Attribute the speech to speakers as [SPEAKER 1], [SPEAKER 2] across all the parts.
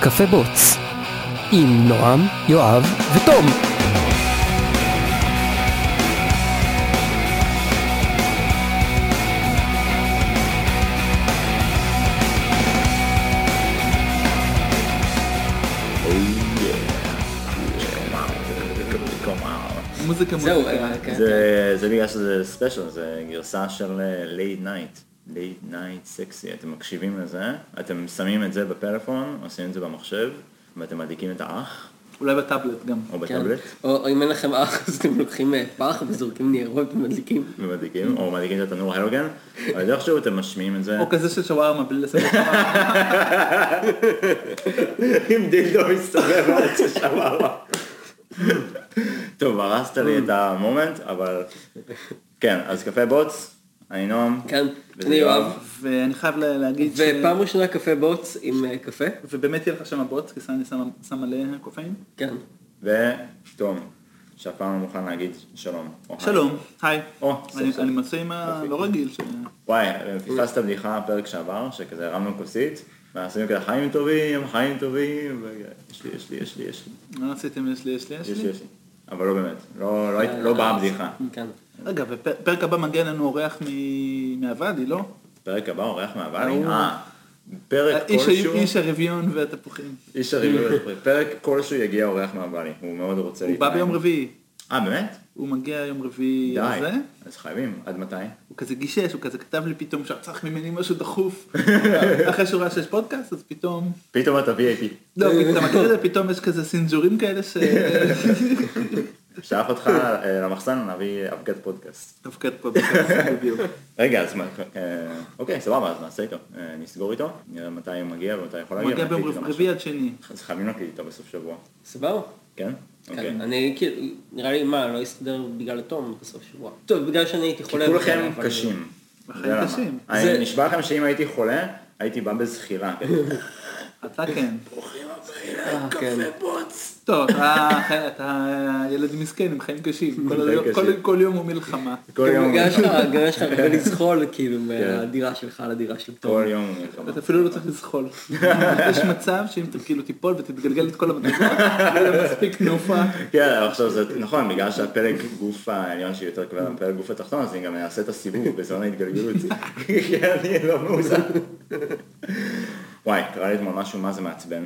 [SPEAKER 1] קפה בוץ, עם נועם, יואב ותום.
[SPEAKER 2] מוזיקה
[SPEAKER 3] זהו,
[SPEAKER 2] מוזיקה.
[SPEAKER 3] אה, כן.
[SPEAKER 4] זה זה בגלל שזה ספיישל, זה גרסה של אה, לייט נייט. לייט נייט סקסי, אתם מקשיבים לזה, אתם שמים את זה בפלאפון, עושים את זה במחשב, ואתם מדליקים את האח,
[SPEAKER 2] אולי בטאבלט גם.
[SPEAKER 4] או
[SPEAKER 3] כן.
[SPEAKER 4] בטאבלט,
[SPEAKER 3] או או אם אין לכם אח, אז אתם לוקחים אה, פח וזורקים ניירות ומדליקים.
[SPEAKER 4] ומדליקים, או מדליקים את התנור הלוגן, אבל איכשהו אתם משמיעים את זה,
[SPEAKER 2] או כזה של שווארמה בלי לסדר.
[SPEAKER 4] אם דילדו מסתובב על זה שבבה. טוב, הרסת לי את המומנט, אבל כן, אז קפה בוץ, אני נועם,
[SPEAKER 3] כן,
[SPEAKER 4] וזה
[SPEAKER 3] אני יואב.
[SPEAKER 2] ואני חייב לה- להגיד ש...
[SPEAKER 3] ופעם ראשונה קפה בוץ עם אה, קפה?
[SPEAKER 2] ובאמת יהיה לך שם הבוץ, כי אני שם- שם מלא קופאים.
[SPEAKER 3] כן.
[SPEAKER 4] ותום, שהפעם הוא מוכן להגיד שלום. או היי.
[SPEAKER 2] שלום, היי.
[SPEAKER 4] או, אוקיי. סוף
[SPEAKER 2] אני-
[SPEAKER 4] סוף.
[SPEAKER 2] אני מצוי עם הלא רגיל. ש-
[SPEAKER 4] וואי, פספסת בדיחה בפרק שעבר, שכזה הרמנו כוסית, ועשינו כזה חיים טובים, חיים טובים, ויש לי, יש לי, יש לי, יש לי,
[SPEAKER 2] מה עשיתם? יש לי, יש לי, יש
[SPEAKER 4] יש לי,
[SPEAKER 2] לי.
[SPEAKER 4] יש לי. אבל לא באמת, לא- לא היית- לא באה הבדיחה.
[SPEAKER 3] כן.
[SPEAKER 2] רגע, בפרק הבא מגיע לנו אורח מ- מהוואדי, לא?
[SPEAKER 4] פרק הבא אורח מהוואלי,
[SPEAKER 2] ברור.
[SPEAKER 4] אה, פרק
[SPEAKER 2] האיש
[SPEAKER 4] כלשהו,
[SPEAKER 2] ה- אה, איש הרביון והתפוחים.
[SPEAKER 4] איש הריבוי, פרק כלשהו יגיע אורח מהוואלי, הוא מאוד רוצה
[SPEAKER 2] הוא בא ביום רביעי.
[SPEAKER 4] אה, באמת?
[SPEAKER 2] הוא מגיע יום רביעי
[SPEAKER 4] די,
[SPEAKER 2] הזה.
[SPEAKER 4] אז חייבים, עד מתי?
[SPEAKER 2] הוא כזה גישש, הוא כזה כתב לי פתאום שצריך ממני משהו דחוף. אחרי שהוא ראה שיש פודקאסט, אז פתאום...
[SPEAKER 4] פתאום אתה VIP,
[SPEAKER 2] לא, אתה מכיר את זה, פתאום יש כזה סינג'ורים כאלה ש...
[SPEAKER 4] שלח אותך אה, למחסן, נביא אבקת פודקאסט.
[SPEAKER 2] דווקא את פודקאסט, בדיוק.
[SPEAKER 4] רגע, אז מה, אה, אוקיי, סבבה, אז נעשה איתו, אה, נסגור איתו, נראה מתי הוא מגיע ומתי הוא יכול
[SPEAKER 2] הוא
[SPEAKER 4] להגיע.
[SPEAKER 2] מגיע ביום
[SPEAKER 4] נקליט איתו
[SPEAKER 2] רביעי עד שני.
[SPEAKER 4] משהו. אז חייבים להקליט איתו בסוף שבוע,
[SPEAKER 3] סבבה?
[SPEAKER 4] כן? אוקיי.
[SPEAKER 3] כן. אני כאילו, נראה לי מה, לא הסתדר בגלל התום בסוף שבוע. טוב, בגלל שאני הייתי חולה.
[SPEAKER 4] כולכם
[SPEAKER 3] אבל-
[SPEAKER 4] קשים.
[SPEAKER 2] החיים
[SPEAKER 4] זה למה.
[SPEAKER 2] קשים.
[SPEAKER 3] זה-
[SPEAKER 4] אני נשבע לכם שאם הייתי חולה, הייתי בא בזחילה. כזה,
[SPEAKER 2] אתה כן.
[SPEAKER 3] אה, כן.
[SPEAKER 2] טוב, אתה חי- אתה ילד מסכן עם חיים קשים. כל היום-
[SPEAKER 4] קשים.
[SPEAKER 2] כל- כל יום הוא מלחמה.
[SPEAKER 4] כל יום, כן.
[SPEAKER 3] גם יש לך- גם יש לך הרבה לזחול, כאילו, מהדירה שלך לדירה של תום.
[SPEAKER 4] כל יום הוא מלחמה.
[SPEAKER 2] אתה אפילו לא צריך לזחול. יש מצב שאם אתה כאילו תיפול ותתגלגל את כל המדרגות, זה מספיק תנופה.
[SPEAKER 4] כן, אבל עכשיו זה נכון, בגלל שהפלג גוף העליון שלי יותר כבד מהפלג גוף התחתון, אז אני גם אעשה את הסיבוב בזמן ההתגלגלות. כי אני לא מאוזן. וואי, קרה לי אתמול משהו, מה זה מעצבן.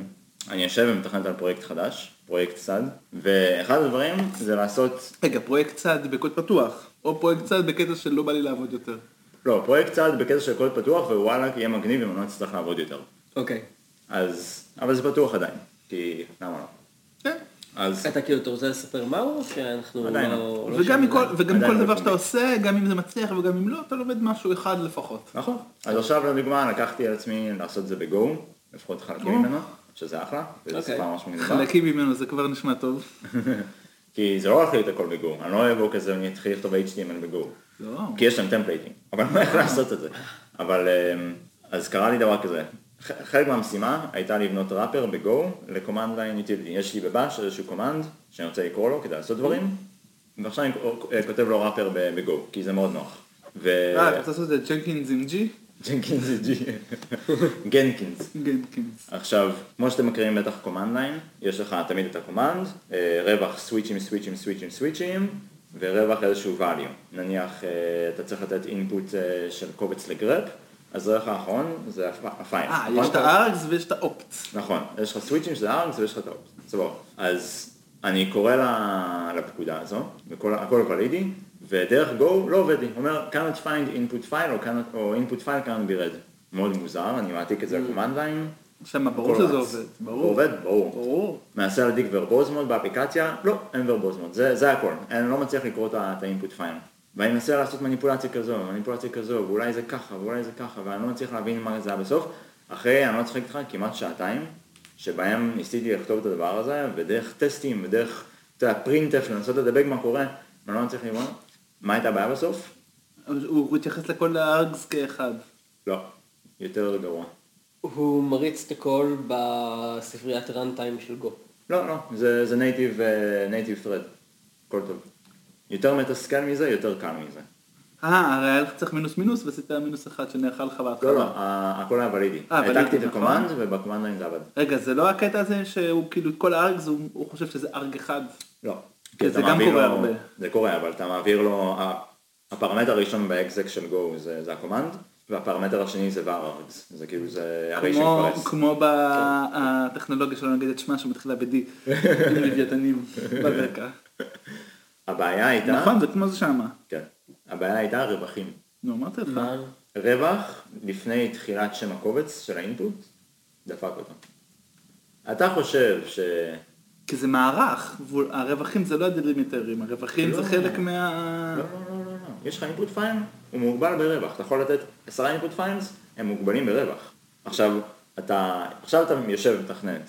[SPEAKER 4] אני יושב ומתכנת על פרויקט חדש, פרויקט סד, ואחד הדברים זה לעשות,
[SPEAKER 2] רגע, פרויקט צד בקוד פתוח, או פרויקט צד בקטע של לא בא לי לעבוד יותר.
[SPEAKER 4] לא, פרויקט סד בקטע של קוד פתוח, ווואלה, יהיה מגניב אם אני לא אצטרך לעבוד יותר.
[SPEAKER 3] אוקיי.
[SPEAKER 4] אז, אבל זה פתוח עדיין, כי למה לא?
[SPEAKER 2] כן.
[SPEAKER 4] אז
[SPEAKER 3] אתה כאילו, אתה רוצה לספר מהו, או שאנחנו
[SPEAKER 4] עדיין
[SPEAKER 3] לא... לא
[SPEAKER 2] וגם
[SPEAKER 3] שם
[SPEAKER 2] מכל-
[SPEAKER 3] עדיין?
[SPEAKER 2] וגם
[SPEAKER 4] עדיין
[SPEAKER 2] כל
[SPEAKER 4] לא
[SPEAKER 2] דבר
[SPEAKER 4] שם.
[SPEAKER 2] שאתה עושה, גם אם זה מצליח וגם אם לא, אתה לומד משהו אחד לפחות.
[SPEAKER 4] נכון. אז עכשיו לדוגמה לקחתי על עצמי לעשות את זה בגו, לפחות חלקים
[SPEAKER 2] או.
[SPEAKER 4] ממנו, שזה אחלה, וזו
[SPEAKER 3] אוקיי.
[SPEAKER 4] שפה ממש מגניבה.
[SPEAKER 2] חלקים ממנו זה כבר נשמע טוב.
[SPEAKER 4] כי זה לא הולך להיות הכל בגו, אני לא אבוא כזה ואני אתחיל לכתוב html בגו,
[SPEAKER 2] לא.
[SPEAKER 4] כי יש שם טמפלייטים, אבל מה איך לעשות את זה? אבל אמ, אז קרה לי דבר כזה, ח- חלק מהמשימה הייתה לבנות ראפר בגו לקומנד ליין יוטיליטי, יש לי בבאש איזשהו קומנד שאני רוצה לקרוא לו כדי לעשות דברים, ועכשיו אני אה, כותב לו ראפר ב- בגו, כי זה מאוד נוח. ו-
[SPEAKER 2] אה, אתה רוצה לעשות את זה ג'נקינס עם ג'י?
[SPEAKER 4] ג'נקינס זה ג'י, גנקינס.
[SPEAKER 2] גנקינס.
[SPEAKER 4] עכשיו, כמו שאתם מכירים בטח קומנד ליין, יש לך תמיד את הקומנד, אה, רווח סוויצ'ים, סוויצ'ים, סוויצ'ים, סוויצ'ים, ורווח איזשהו value. נניח אה, אתה צריך לתת אינפוט אה, של קובץ לגרפ, אז הרווח האחרון זה הפ- הפייל.
[SPEAKER 2] אה,
[SPEAKER 4] נכון?
[SPEAKER 2] יש את הארקס ויש את האופטס.
[SPEAKER 4] נכון, יש לך סוויצ'ים שזה ארנס ויש לך את האופס, סבבה. אז אני קורא ל- לפקודה הזו, וכל- הכל ולידי, ודרך גו לא עובד לי, הוא אומר cannot find input file או cannot- או input file cannot be read. מאוד מוזר, אני מעתיק
[SPEAKER 2] Mm.
[SPEAKER 4] את זה לקומנד ליין.
[SPEAKER 2] שמה, ברור שזה עובד.
[SPEAKER 4] ברור.
[SPEAKER 2] ברור.
[SPEAKER 4] עובד, ברור.
[SPEAKER 2] ברור.
[SPEAKER 4] מנסה להדליק ורבוז מוד באפליקציה, לא, אין ורבוז מוד, זה, זה הכל. אני לא מצליח לקרוא את ה- את האינפוט פייל. ואני מנסה לעשות מניפולציה כזו, מניפולציה כזו, ואולי זה ככה, ואולי זה ככה, ואני לא מצליח להבין מה זה היה בסוף. אחרי, אני לא צוחק איתך, כמעט שעתיים, שבהם ניסיתי לכתוב את הדבר הזה, ודרך טסטים, ודרך, אתה יודע, פרינטף, לנסות לדבק מה קורה, ואני לא מצליח לראות. מה הייתה הבעיה בסוף?
[SPEAKER 2] אבל הוא הוא התייחס לכל הארקס כאחד.
[SPEAKER 4] לא. יותר גרוע.
[SPEAKER 3] הוא מריץ את הכל בספריית רן-טיים של גו.
[SPEAKER 4] לא, לא, זה, אה, זה נייטיב, נייטיב פרד. הכל טוב. יותר מתסכל מזה, יותר קל מזה.
[SPEAKER 2] אה, הרי היה לך צריך מינוס מינוס, ועשית מינוס אחד שנאכל לך בהתחלה.
[SPEAKER 4] לא, לא, ה- הכל היה ולידי.
[SPEAKER 2] אה, ולידי,
[SPEAKER 4] העתקתי את
[SPEAKER 2] נכון.
[SPEAKER 4] הקומנד ובקומנד ליין זה עבד.
[SPEAKER 2] רגע, זה לא הקטע הזה שהוא כאילו, כל הארגס, הוא הוא חושב שזה ארג אחד.
[SPEAKER 4] לא.
[SPEAKER 2] כן,
[SPEAKER 4] כי
[SPEAKER 2] זה
[SPEAKER 4] אתה
[SPEAKER 2] גם
[SPEAKER 4] מעביר
[SPEAKER 2] קורה
[SPEAKER 4] לו-
[SPEAKER 2] הרבה.
[SPEAKER 4] זה קורה, אבל אתה מעביר לו, ה- הפרמטר הראשון באקזק של גו זה זה הקומנד, והפרמטר השני זה varargs. זה כאילו, זה הרי
[SPEAKER 2] כמו,
[SPEAKER 4] שמפרס.
[SPEAKER 2] כמו
[SPEAKER 4] כן.
[SPEAKER 2] בטכנולוגיה שלנו, נגיד את שמה שמתחילה ב-D, עם לוויתנים ברקע.
[SPEAKER 4] הבעיה הייתה,
[SPEAKER 2] נכון, זה כמו זה שמה.
[SPEAKER 4] כן, הבעיה הייתה רווחים.
[SPEAKER 2] נו, אמרתי לך.
[SPEAKER 3] מה?
[SPEAKER 4] רווח לפני תחילת שם הקובץ של האינפוט, דפק אותו. אתה חושב ש...
[SPEAKER 2] כי זה מערך, והוא- הרווחים זה לא הדלימיטרים, הרווחים זה
[SPEAKER 4] לא.
[SPEAKER 2] חלק מה...
[SPEAKER 4] לא, לא, לא, לא, לא. יש לך אינפוט פיין, הוא מוגבל ברווח. אתה יכול לתת עשרה אינפוט פיינס, הם מוגבלים ברווח. עכשיו, אתה, עכשיו אתה יושב ומתכנת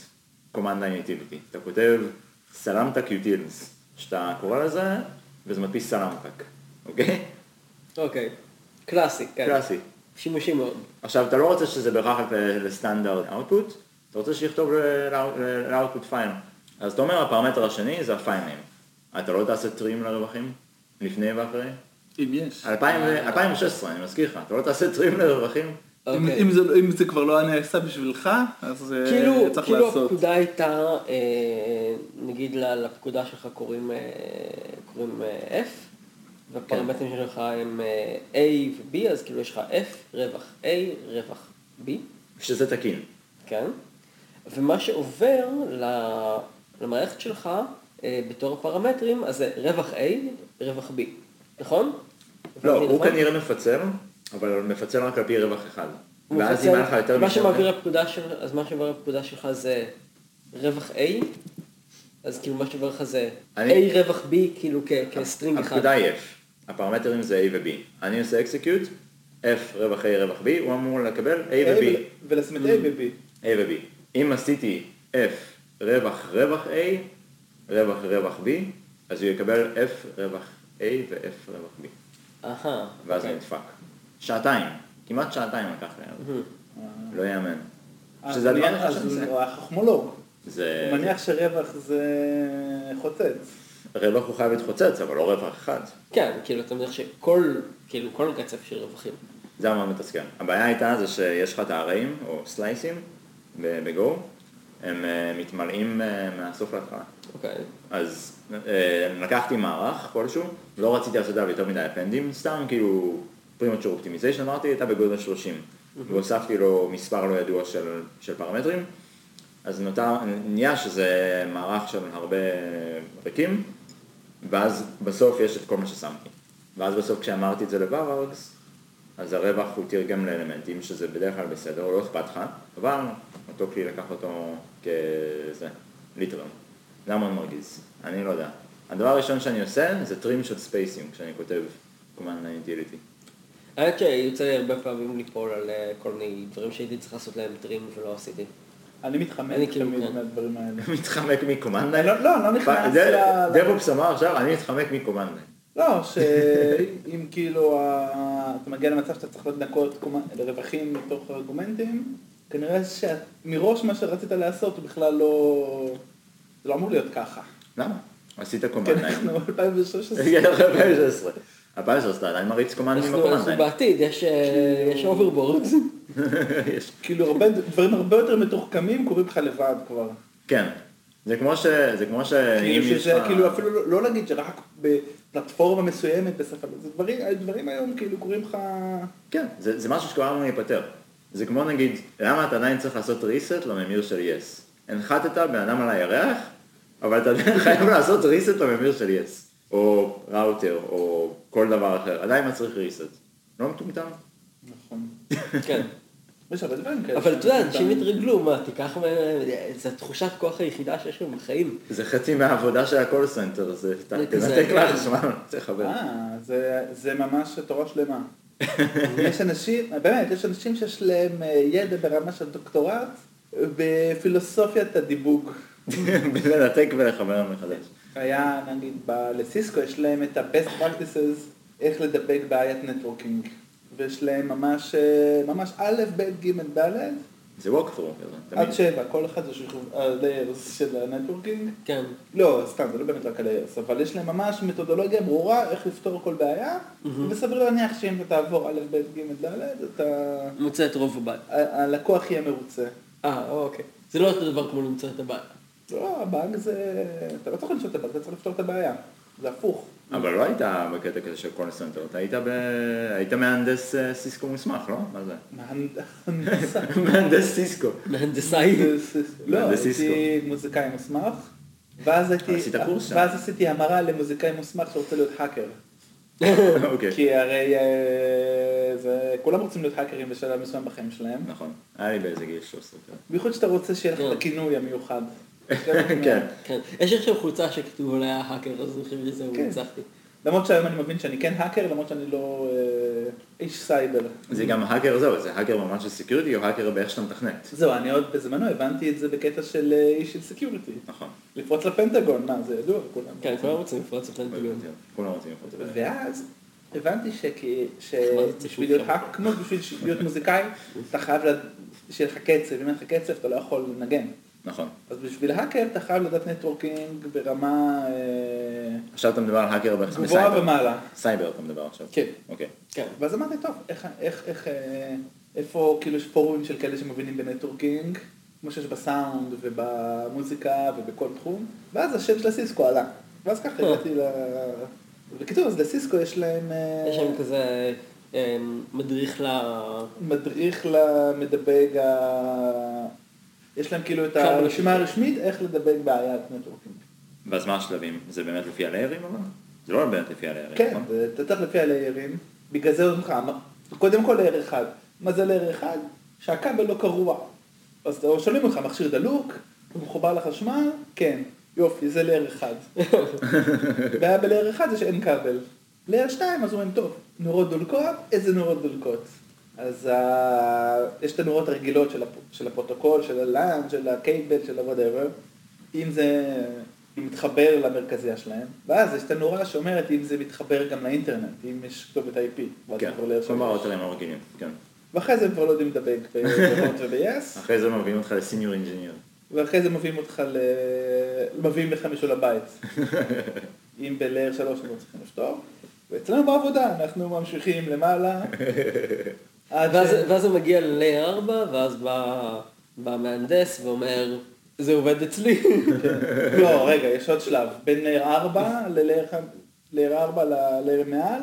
[SPEAKER 4] command line utility. אתה כותב סלמתק utils, שאתה קורא לזה, וזה מדפיס סלמתק, אוקיי?
[SPEAKER 3] אוקיי. קלאסי, כן.
[SPEAKER 4] קלאסי.
[SPEAKER 3] שימושי מאוד.
[SPEAKER 4] עכשיו, אתה לא רוצה שזה בהכרח רק ל- לסטנדרט output, אתה רוצה שיכתוב ל-output file. אז אתה אומר, הפרמטר השני זה ה-file name. אתה לא תעשה טרים לרווחים? לפני ואחרי?
[SPEAKER 2] אם יש.
[SPEAKER 4] 2000 2016, אני מזכיר לך, אתה לא תעשה טרים לרווחים?
[SPEAKER 2] אם-
[SPEAKER 3] אוקיי.
[SPEAKER 2] אם זה- אם זה כבר לא היה נעשה בשבילך, אז אה,
[SPEAKER 3] כאילו,
[SPEAKER 2] צריך
[SPEAKER 3] כאילו
[SPEAKER 2] לעשות.
[SPEAKER 3] הפקודה הייתה, אה, נגיד ל- לפקודה שלך קוראים, אה, קוראים אה, F,
[SPEAKER 2] כן.
[SPEAKER 3] והפרמטרים שלך הם אה, A ו-B, אז כאילו יש לך F, רווח A, רווח B,
[SPEAKER 4] שזה תקין.
[SPEAKER 3] כן? ומה שעובר ל- למערכת שלך אה, בתור הפרמטרים, אז זה רווח A, רווח B, נכון?
[SPEAKER 4] לא,
[SPEAKER 3] הבנתי
[SPEAKER 4] הוא
[SPEAKER 3] נכון?
[SPEAKER 4] כנראה מפצל, אבל מפצל רק על פי רווח אחד.
[SPEAKER 3] הוא
[SPEAKER 4] ואז
[SPEAKER 3] מפצל-
[SPEAKER 4] אם היה לך יותר כן.
[SPEAKER 3] מה
[SPEAKER 4] משני-
[SPEAKER 3] שמעביר לפקודה של... אז מה שמעביר לפקודה שלך זה רווח A, אז כאילו מה שמעביר לך זה
[SPEAKER 4] אני-
[SPEAKER 3] A רווח B, כאילו כ- כסטרינג אחד.
[SPEAKER 4] הפקודה היא F, הפרמטרים זה A ו-B. אני עושה execute, F רווח A רווח B, הוא אמור לקבל A
[SPEAKER 2] A
[SPEAKER 4] ו-B.
[SPEAKER 2] ו- ולשים את A ו-B.
[SPEAKER 4] A ו-B. אם עשיתי F רווח רווח A, רווח רווח B, אז הוא יקבל F רווח A ו-F רווח B,
[SPEAKER 3] אהה,
[SPEAKER 4] ואז הוא
[SPEAKER 3] אוקיי.
[SPEAKER 4] נדפק. שעתיים, כמעט שעתיים לקח לי אז. לא יאמן.
[SPEAKER 2] אז
[SPEAKER 4] שזה
[SPEAKER 2] הוא
[SPEAKER 4] הדבר
[SPEAKER 2] אה, אז
[SPEAKER 4] הראשון שזה.
[SPEAKER 2] הוא החכמולוג.
[SPEAKER 4] זה
[SPEAKER 2] הוא מניח שרווח זה חוצץ.
[SPEAKER 4] רווח הוא חייב להתחוצץ, לא אבל לא רווח אחד.
[SPEAKER 3] כן, כאילו אתה מניח שכל, כאילו כל קצב של רווחים.
[SPEAKER 4] זה המאוד מתסכל. הבעיה הייתה זה שיש לך את הרעים, או סלייסים, ב- בגו, הם אה, מתמלאים אה, מהסוף להתחלה.
[SPEAKER 3] אוקיי.
[SPEAKER 4] אז אה, לקחתי מערך כלשהו, לא רציתי לעשות עליו יותר מדי אפנדים, סתם כאילו פרימצ'ור אופטימיזיישן אמרתי, הייתה בגודל 30, והוספתי לו מספר לא ידוע של, של פרמטרים, אז נותר, נהיה שזה מערך של הרבה ריקים, ואז בסוף יש את כל מה ששמתי. ואז בסוף כשאמרתי את זה לוורורגס, אז הרווח הוא תרגם לאלמנטים, שזה בדרך כלל בסדר, לא אכפת לך, אבל אותו כלי לקח אותו כזה, ליטרום. זה היה מאוד מרגיז, אני לא יודע. הדבר הראשון שאני עושה זה טרים של ספייסים, כשאני כותב command line utility.
[SPEAKER 3] האמת שיוצא לי הרבה פעמים ליפול על אה, כל מיני דברים שהייתי צריך לעשות להם טרים ולא עשיתי.
[SPEAKER 2] אני מתחמק
[SPEAKER 3] אני כאילו
[SPEAKER 2] תמיד
[SPEAKER 3] כן.
[SPEAKER 2] מהדברים האלה.
[SPEAKER 4] מתחמק מ-command line.
[SPEAKER 2] לא, לא, לא נכנס ל...
[SPEAKER 4] דבופס אמר עכשיו, אני מתחמק מ-command line.
[SPEAKER 2] לא, שאם כאילו ה- אתה מגיע למצב שאתה צריך לנקות קומה- רווחים מתוך ארגומנטים, כנראה שמראש מה שרצית לעשות הוא בכלל לא... זה לא אמור להיות ככה.
[SPEAKER 4] למה? עשית command
[SPEAKER 2] כן,
[SPEAKER 4] line.
[SPEAKER 2] אנחנו ב-2016.
[SPEAKER 4] כן, 2016. 2016 אתה עדיין מריץ command line
[SPEAKER 3] אנחנו
[SPEAKER 4] ב-command
[SPEAKER 3] אנחנו
[SPEAKER 4] line.
[SPEAKER 3] בעתיד, יש, אה, יש אוברבורד.
[SPEAKER 4] יש-
[SPEAKER 2] כאילו הרבה דברים הרבה יותר מתוחכמים קורים לך לבד כבר.
[SPEAKER 4] כן. זה כמו ש... זה כמו ש... אם
[SPEAKER 2] כאילו
[SPEAKER 4] יש
[SPEAKER 2] שזה
[SPEAKER 4] לך-
[SPEAKER 2] כאילו אפילו לא- לא להגיד שרק בפלטפורמה מסוימת בשפה, זה דברים, הדברים היום כאילו קורים לך...
[SPEAKER 4] כן, זה, זה משהו שכבר אמור להיפתר. זה כמו נגיד, למה אתה עדיין צריך לעשות reset לממיר של יס? הנחתת בן אדם על הירח, אבל אתה עדיין חייב לעשות reset לממיר של יס. או ראוטר, או כל דבר אחר. עדיין מצריך reset. לא מטומטם?
[SPEAKER 2] נכון.
[SPEAKER 3] כן.
[SPEAKER 2] יש הרבה דברים כאלה.
[SPEAKER 3] אבל אתה יודע, אנשים התרגלו, מה, תיקח מהם, זו התחושת כוח היחידה שיש לנו בחיים.
[SPEAKER 4] זה חצי מהעבודה של הקול סנטר, זה אתה
[SPEAKER 3] זה כזה,
[SPEAKER 4] תנתק
[SPEAKER 3] כן.
[SPEAKER 4] לחשמל, תחבר.
[SPEAKER 2] אה, זה, זה ממש תורה שלמה. יש אנשים, באמת, יש אנשים שיש להם אה, ידע ברמה של דוקטורט בפילוסופיית הדיבוג.
[SPEAKER 4] לנתק ולחבר מחדש.
[SPEAKER 2] היה, נגיד, ב- לסיסקו יש להם את ה-best practices, איך לדבק בעיית נטוורקינג. ויש להם ממש, אה, ממש א', ב', ג', ד',
[SPEAKER 4] זה walkthrough כזה,
[SPEAKER 2] עד
[SPEAKER 4] תמיד.
[SPEAKER 2] שבע, כל אחד זה שחרור ה-layers של הנטוורקינג.
[SPEAKER 3] כן.
[SPEAKER 2] לא, סתם, זה לא באמת רק ה-layers, אבל יש להם ממש מתודולוגיה ברורה איך לפתור כל בעיה, וסביר להניח שאם אתה תעבור א', ב', ג', ד', אתה...
[SPEAKER 3] מוצא את רוב הבעיה.
[SPEAKER 2] ה- הלקוח יהיה מרוצה.
[SPEAKER 3] אה, אוקיי. זה לא אותו דבר כמו למצוא את הבעיה.
[SPEAKER 2] לא, הבאג זה... אתה לא צריך למצוא את הבאג, אתה צריך לפתור את הבעיה. זה הפוך.
[SPEAKER 4] אבל לא היית בקטע כזה של call center, אתה היית, ב... היית מהנדס אה, סיסקו מוסמך, לא? מה זה?
[SPEAKER 2] מהנדסה.
[SPEAKER 4] מהנדס סיסקו.
[SPEAKER 3] מהנדסאי.
[SPEAKER 2] לא,
[SPEAKER 4] מהנדסיסקו.
[SPEAKER 2] הייתי מוזיקאי מוסמך, ואז הייתי...
[SPEAKER 4] עשית קורס שם.
[SPEAKER 2] ואז עשיתי המרה למוזיקאי מוסמך שרוצה להיות האקר.
[SPEAKER 4] אוקיי,
[SPEAKER 2] כי הרי אה, זה... כולם רוצים להיות האקרים בשלב מסוים בחיים שלהם.
[SPEAKER 4] נכון. היה לי באיזה גיל 13. כן.
[SPEAKER 2] בייחוד שאתה רוצה שיהיה לך
[SPEAKER 3] כן.
[SPEAKER 2] את הכינוי המיוחד.
[SPEAKER 4] כן.
[SPEAKER 3] כן. יש עכשיו חולצה שכתוב עליה האקר, אז אני חושב שזהו,
[SPEAKER 2] כן.
[SPEAKER 3] ניצחתי.
[SPEAKER 2] למרות שהיום אני מבין שאני כן האקר, למרות שאני לא אה, איש סייבר.
[SPEAKER 4] זה גם האקר זהו, זה האקר במובן של סקיוריטי או האקר באיך שאתה מתכנת.
[SPEAKER 2] זהו, אני עוד בזמנו הבנתי את זה בקטע של אה, איש של סקיוריטי.
[SPEAKER 4] נכון.
[SPEAKER 2] לפרוץ לפנטגון, מה, זה ידוע לכולם.
[SPEAKER 3] כן, כולם רוצים לפרוץ
[SPEAKER 2] לא
[SPEAKER 3] את הנטוליון.
[SPEAKER 4] לא כן. כולם רוצים לפרוץ את זה.
[SPEAKER 2] ואז הבנתי שכי-
[SPEAKER 3] נחמד, זה
[SPEAKER 2] שבשביל
[SPEAKER 3] שוב
[SPEAKER 2] להיות
[SPEAKER 3] שם.
[SPEAKER 2] האק, כמו בשביל ש- להיות מוזיקאי, אתה חייב לד- שיהיה לך קצב, אם אין לך קצב אתה לא יכול לנגן.
[SPEAKER 4] נכון.
[SPEAKER 2] אז בשביל האקר אתה חייב לדעת נטוורקינג ברמה אה,
[SPEAKER 4] עכשיו אתה מדבר על האקר באיך
[SPEAKER 2] גבוהה ומעלה.
[SPEAKER 4] סייבר אתה מדבר עכשיו.
[SPEAKER 2] כן.
[SPEAKER 4] אוקיי.
[SPEAKER 3] כן.
[SPEAKER 2] ואז אמרתי, טוב, איך, איך, איך, אה, איפה כאילו יש פורומים של כאלה שמבינים בנטוורקינג, כמו שיש בסאונד ובמוזיקה ובכל תחום, ואז השם של הסיסקו עלה. ואז ככה
[SPEAKER 3] אה.
[SPEAKER 2] הגעתי ל... בקיצור, אז לסיסקו יש להם... אה,
[SPEAKER 3] יש שם כזה אה, מדריך ל...
[SPEAKER 2] אה, מדריך למדבג ה... יש להם כאילו את
[SPEAKER 3] כלל
[SPEAKER 2] הרשימה הרשמית איך לדבג בעיית נטוורקינג.
[SPEAKER 4] ואז מה השלבים? זה באמת לפי הליירים אבל? זה לא באמת לפי הליירים,
[SPEAKER 2] כן,
[SPEAKER 4] נכון?
[SPEAKER 2] זה- אתה צריך לפי הליירים, בגלל זה אומרים לך, אמר- קודם כל לייר אחד. מה זה לייר אחד? שהכבל לא קרוע. אז אתה- שואלים אותך, מכשיר דלוק, הוא מחובר לחשמל? כן. יופי, זה לייר אחד. הבעיה בלייר אחד זה שאין כבל. לייר שתיים, אז אומרים, טוב, נורות דולקות, איזה נורות דולקות? אז ה... יש את הנורות הרגילות של, הפ... של הפרוטוקול, של הלאן, של הקייבל, של ה-whatever, אם זה מתחבר למרכזיה שלהם, ואז יש את הנורה שאומרת אם זה מתחבר גם לאינטרנט, אם יש כתובת IP, ואז
[SPEAKER 4] כן.
[SPEAKER 2] עובר לייר
[SPEAKER 4] כל
[SPEAKER 2] שלוש.
[SPEAKER 4] מראות עליהם הרגילים. כן.
[SPEAKER 2] ואחרי זה הם כבר לא יודעים לדבק ב-Hot וב-Yes,
[SPEAKER 4] אחרי זה מביאים אותך לסיניור אינג'יניר.
[SPEAKER 2] ואחרי זה מביאים אותך ל... מביאים לך מישהו לבית. אם בלאר שלוש אנחנו צריכים לפתור. ואצלנו בעבודה אנחנו ממשיכים למעלה. עד
[SPEAKER 3] ואז,
[SPEAKER 2] ש-
[SPEAKER 3] ואז הוא מגיע ל-Layer 4, ואז בא, בא מהנדס ואומר, זה עובד אצלי.
[SPEAKER 2] לא, רגע, יש עוד שלב. בין לאר ארבע ללאר חמ- לאר ארבע ללאר מעל,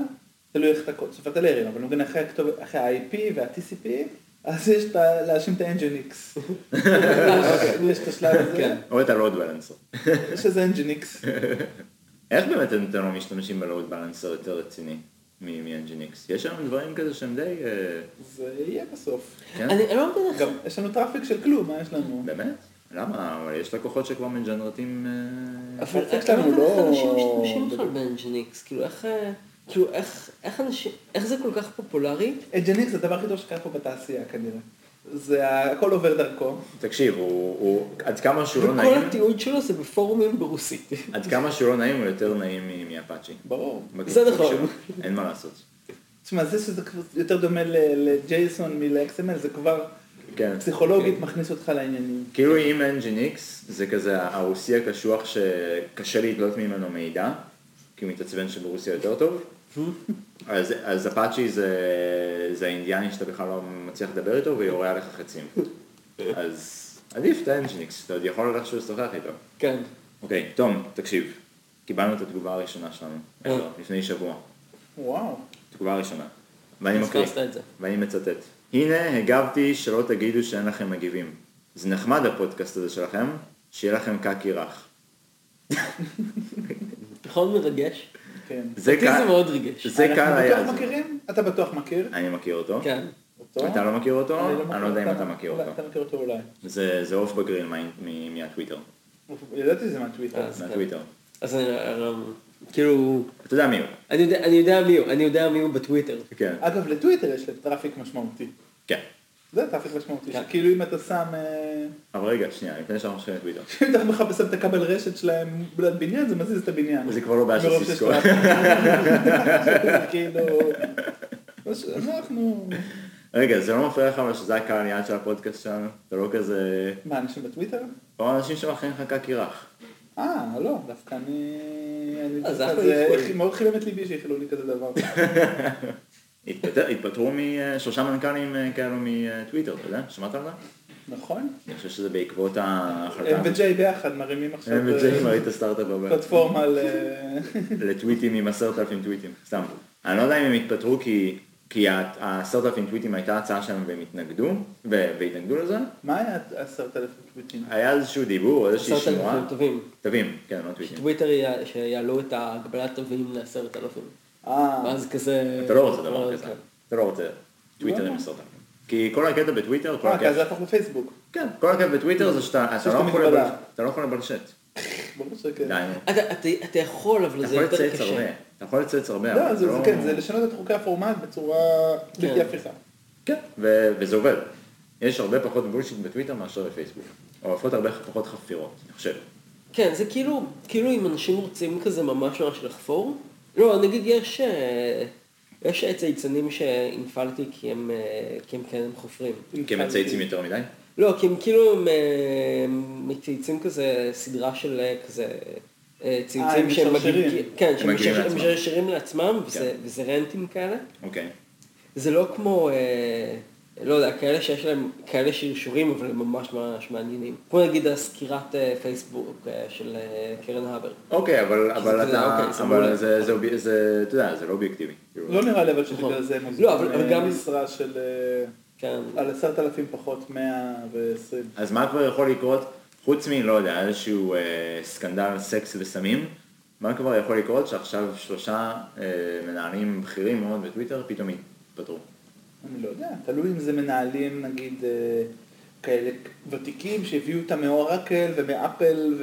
[SPEAKER 2] תלוי איך אתה קוד- סופר את הלארים, אבל נגיד אחרי הכתוב- אחרי ה-IP וה-TCP, אז יש את ה- להאשים את ה-Nginx. יש את השלב הזה,
[SPEAKER 3] כן.
[SPEAKER 4] או את הלואוד בלנסר.
[SPEAKER 2] שזה Nginx.
[SPEAKER 4] איך באמת אתם לא משתמשים בלואוד בלנסר יותר רציני מאנג'יניקס? יש שם דברים כזה שהם די... אה,
[SPEAKER 2] זה יהיה בסוף.
[SPEAKER 4] כן?
[SPEAKER 3] אני אני לא מבין איך...
[SPEAKER 2] גם יש לנו טראפיק של כלום, מה יש לנו?
[SPEAKER 4] באמת? למה? אבל יש לקוחות שכבר מג'נרטים... אה,
[SPEAKER 2] אבל
[SPEAKER 3] אני
[SPEAKER 2] הצ'ק שלנו
[SPEAKER 3] לא מבין איך
[SPEAKER 2] לא-
[SPEAKER 3] אנשים משתמשים בכלל באנג'יניקס, כאילו איך... אה, כאילו איך, איך אנשים, איך זה כל כך פופולרי?
[SPEAKER 2] אג'ניקס זה הדבר הכי טוב שקרה פה בתעשייה כנראה. זה ה- הכל עובר דרכו.
[SPEAKER 4] תקשיב, הוא... הוא- עד כמה שהוא לא
[SPEAKER 3] וכל
[SPEAKER 4] נעים,
[SPEAKER 3] התיעוד שלו זה בפורומים ברוסית.
[SPEAKER 4] עד כמה שהוא לא נעים הוא יותר נעים מ- מאפאצ'י.
[SPEAKER 2] ברור.
[SPEAKER 4] בקיצור
[SPEAKER 3] נכון.
[SPEAKER 4] שלו. אין מה לעשות.
[SPEAKER 2] תשמע, זה שזה כבר יותר דומה ל- לג'ייסון מל-XML, זה כבר
[SPEAKER 4] כן.
[SPEAKER 2] פסיכולוגית מכניס אותך לעניינים.
[SPEAKER 4] כאילו עם אנג'יניקס זה כזה הרוסי הקשוח שקשה לתלות ממנו מידע, כי הוא מתעצבן שברוסיה יותר טוב. אז, אז אפאצ'י זה, זה האינדיאני שאתה בכלל לא מצליח לדבר איתו ויורה עליך חצים. אז עדיף את האנג'יניקס, אתה עוד יכול ללכת שהוא לשוחח איתו.
[SPEAKER 3] כן.
[SPEAKER 4] אוקיי, תום, תקשיב, קיבלנו את התגובה הראשונה שלנו,
[SPEAKER 3] אה.
[SPEAKER 4] לא, לפני שבוע,
[SPEAKER 2] וואו.
[SPEAKER 4] תגובה ראשונה, ואני
[SPEAKER 3] פספסת
[SPEAKER 4] מקריא,
[SPEAKER 3] את זה.
[SPEAKER 4] ואני מצטט. הנה, הגבתי שלא תגידו שאין לכם מגיבים. זה נחמד הפודקאסט הזה שלכם, שיהיה לכם קקי רך.
[SPEAKER 3] נכון מרגש?
[SPEAKER 2] כן.
[SPEAKER 4] זה
[SPEAKER 3] אותי זה
[SPEAKER 4] קל,
[SPEAKER 3] מאוד ריגש.
[SPEAKER 4] זה קל היה
[SPEAKER 2] אנחנו בטוח
[SPEAKER 4] זה.
[SPEAKER 2] מכירים? אתה בטוח מכיר?
[SPEAKER 4] אני מכיר אותו.
[SPEAKER 3] כן.
[SPEAKER 2] אותו?
[SPEAKER 4] אתה לא מכיר אותו?
[SPEAKER 2] מכיר
[SPEAKER 4] אני לא יודע אם אתה מכיר
[SPEAKER 2] אולי,
[SPEAKER 4] אותו.
[SPEAKER 2] אתה מכיר אותו אולי.
[SPEAKER 4] זה זה עוף בגריל מה- מ- מהטוויטר.
[SPEAKER 2] ידעתי שזה
[SPEAKER 4] אה,
[SPEAKER 2] מהטוויטר.
[SPEAKER 3] אז- כן.
[SPEAKER 4] מהטוויטר.
[SPEAKER 3] אז אני לא... כאילו...
[SPEAKER 4] אתה יודע מי הוא.
[SPEAKER 3] אני יודע, אני יודע מי הוא, אני יודע מי הוא בטוויטר.
[SPEAKER 4] כן.
[SPEAKER 2] אגב, לטוויטר יש להם טראפיק משמעותי.
[SPEAKER 4] כן.
[SPEAKER 2] זה טראפיק משמעותי.
[SPEAKER 3] כן.
[SPEAKER 2] שכאילו אם אתה שם... אה,
[SPEAKER 4] אבל רגע, שנייה, לפני שאנחנו ממשיכים לטוויטר.
[SPEAKER 2] אם אתה מחפש את הכבל רשת שלהם ליד בניין, זה מזיז את הבניין.
[SPEAKER 4] זה כבר לא בעיה של
[SPEAKER 2] מרוב
[SPEAKER 4] סיסקו.
[SPEAKER 2] שיש בעיה. זה כאילו... אז לא אנחנו...
[SPEAKER 4] רגע, זה לא מפריע לך אבל שזה הקהל יעד של הפודקאסט שלנו? זה לא כזה...
[SPEAKER 2] מה, אנשים בטוויטר?
[SPEAKER 4] או אנשים שמאחרים לך קקירח.
[SPEAKER 2] אה, לא, דווקא אני... אני
[SPEAKER 3] אה, זה
[SPEAKER 2] דווקא
[SPEAKER 3] אחלה
[SPEAKER 2] זה
[SPEAKER 3] איחוי.
[SPEAKER 2] מאוד חימם את ליבי שאיחלו לי כזה דבר.
[SPEAKER 4] התפטר- התפטרו משלושה מנכ"לים אה, כאלו מטוויטר, אתה יודע? שמעת על זה?
[SPEAKER 2] נכון?
[SPEAKER 4] אני חושב שזה בעקבות ההחלטה.
[SPEAKER 2] הם וג'יי ביחד מרימים עכשיו
[SPEAKER 4] הם
[SPEAKER 2] אה,
[SPEAKER 4] וג'יי מראים את הסטארט-אפ הבא.
[SPEAKER 2] פלטפורמה אה, ל...
[SPEAKER 4] לטוויטים עם עשרת אלפים טוויטים, סתם. אני לא יודע אם הם התפטרו כי... כי העשרת אלפים טוויטים הייתה הצעה שלהם והם התנגדו, ו- והתנגדו לזה,
[SPEAKER 2] מה היה עשרת אלפים טוויטים?
[SPEAKER 4] היה איזשהו דיבור, איזושהי
[SPEAKER 3] עשרת
[SPEAKER 4] שמועה,
[SPEAKER 3] אלפים טובים.
[SPEAKER 4] תווים, כן, לא טוויטים,
[SPEAKER 3] טוויטר יע- שיעלו את ההגבלת תווים לעשרת אלפים.
[SPEAKER 2] אה,
[SPEAKER 3] ואז כזה...
[SPEAKER 4] אתה לא רוצה דבר
[SPEAKER 3] אה,
[SPEAKER 4] כזה,
[SPEAKER 3] כן.
[SPEAKER 4] אתה לא רוצה טוויטר
[SPEAKER 2] לא.
[SPEAKER 4] עם עשרת אלפים, כי כל הקטע בטוויטר, כל
[SPEAKER 2] אה, כי אז
[SPEAKER 4] הקטע,
[SPEAKER 2] זה הפך לפייסבוק.
[SPEAKER 4] כן, כל הקטע בטוויטר זה שאתה אתה
[SPEAKER 2] שיש
[SPEAKER 4] לא
[SPEAKER 2] את
[SPEAKER 4] יכול
[SPEAKER 2] המגבלה.
[SPEAKER 4] לבל- אתה לא יכול לבלשט,
[SPEAKER 2] ברור שכן.
[SPEAKER 4] די, נו.
[SPEAKER 3] אתה- אתה- אתה יכול, אבל
[SPEAKER 4] אתה
[SPEAKER 3] זה
[SPEAKER 4] יכול
[SPEAKER 3] יותר
[SPEAKER 4] לצייץ הרבה,
[SPEAKER 3] קשה.
[SPEAKER 4] אתה יכול לצייץ הרבה,
[SPEAKER 2] לא,
[SPEAKER 4] אבל
[SPEAKER 2] זה
[SPEAKER 4] אתה
[SPEAKER 2] זה כן, זה לשנות את חוקי הפורמט בצורה בלתי הפיכה.
[SPEAKER 4] כן, ו- וזה עובד. יש הרבה פחות בולשיט בטוויטר מאשר בפייסבוק. או לפחות הרבה פחות חפירות, אני חושב.
[SPEAKER 3] כן, זה כאילו, כאילו אם אנשים רוצים כזה ממש ממש לחפור. לא, נגיד יש, אה, יש צייצנים שהנפלתי כי הם, אה, כי הם כן הם חופרים.
[SPEAKER 4] כי הם מצייצים יותר מדי.
[SPEAKER 3] לא, כי הם כאילו הם, אה, מצייצים כזה סדרה של אה, כזה אה, צייצים
[SPEAKER 2] הם
[SPEAKER 3] שהם
[SPEAKER 2] משרשרים.
[SPEAKER 3] מגיבים- כן, שהם
[SPEAKER 4] מגיבים
[SPEAKER 3] משרש- הם
[SPEAKER 4] לעצמם.
[SPEAKER 3] משרשרים לעצמם, וזה, וזה רנטים כאלה.
[SPEAKER 4] אוקיי.
[SPEAKER 3] זה לא כמו, אה, לא יודע, כאלה שיש להם, כאלה שרשורים, אבל הם ממש ממש מעניינים. כמו נגיד הסקירת אה, פייסבוק אה, של אה, קרן הבר.
[SPEAKER 4] אוקיי, אבל אבל
[SPEAKER 3] שזה-
[SPEAKER 4] אתה...
[SPEAKER 3] אוקיי, זה
[SPEAKER 4] אבל
[SPEAKER 3] מעולה.
[SPEAKER 4] זה- זה אובי- זה, אתה יודע, זה לא אובייקטיבי. כאילו,
[SPEAKER 2] לא נראה לי אבל שבגלל
[SPEAKER 3] נכון.
[SPEAKER 2] זה הם
[SPEAKER 3] לא,
[SPEAKER 2] עוזבים
[SPEAKER 3] אבל- אבל
[SPEAKER 2] אה,
[SPEAKER 3] גם-
[SPEAKER 2] משרה של אה,
[SPEAKER 3] כן.
[SPEAKER 2] על עשרת אלפים פחות 120.
[SPEAKER 4] אז מה כבר יכול לקרות, חוץ מלא יודע, איזשהו אה, סקנדל סקס וסמים, מה כבר יכול לקרות שעכשיו שלושה אה, מנהלים בכירים מאוד בטוויטר פתאום יתפטרו.
[SPEAKER 2] אני לא יודע, תלוי אם זה מנהלים נגיד אה, כאלה ותיקים שהביאו אותם מאורקל ומאפל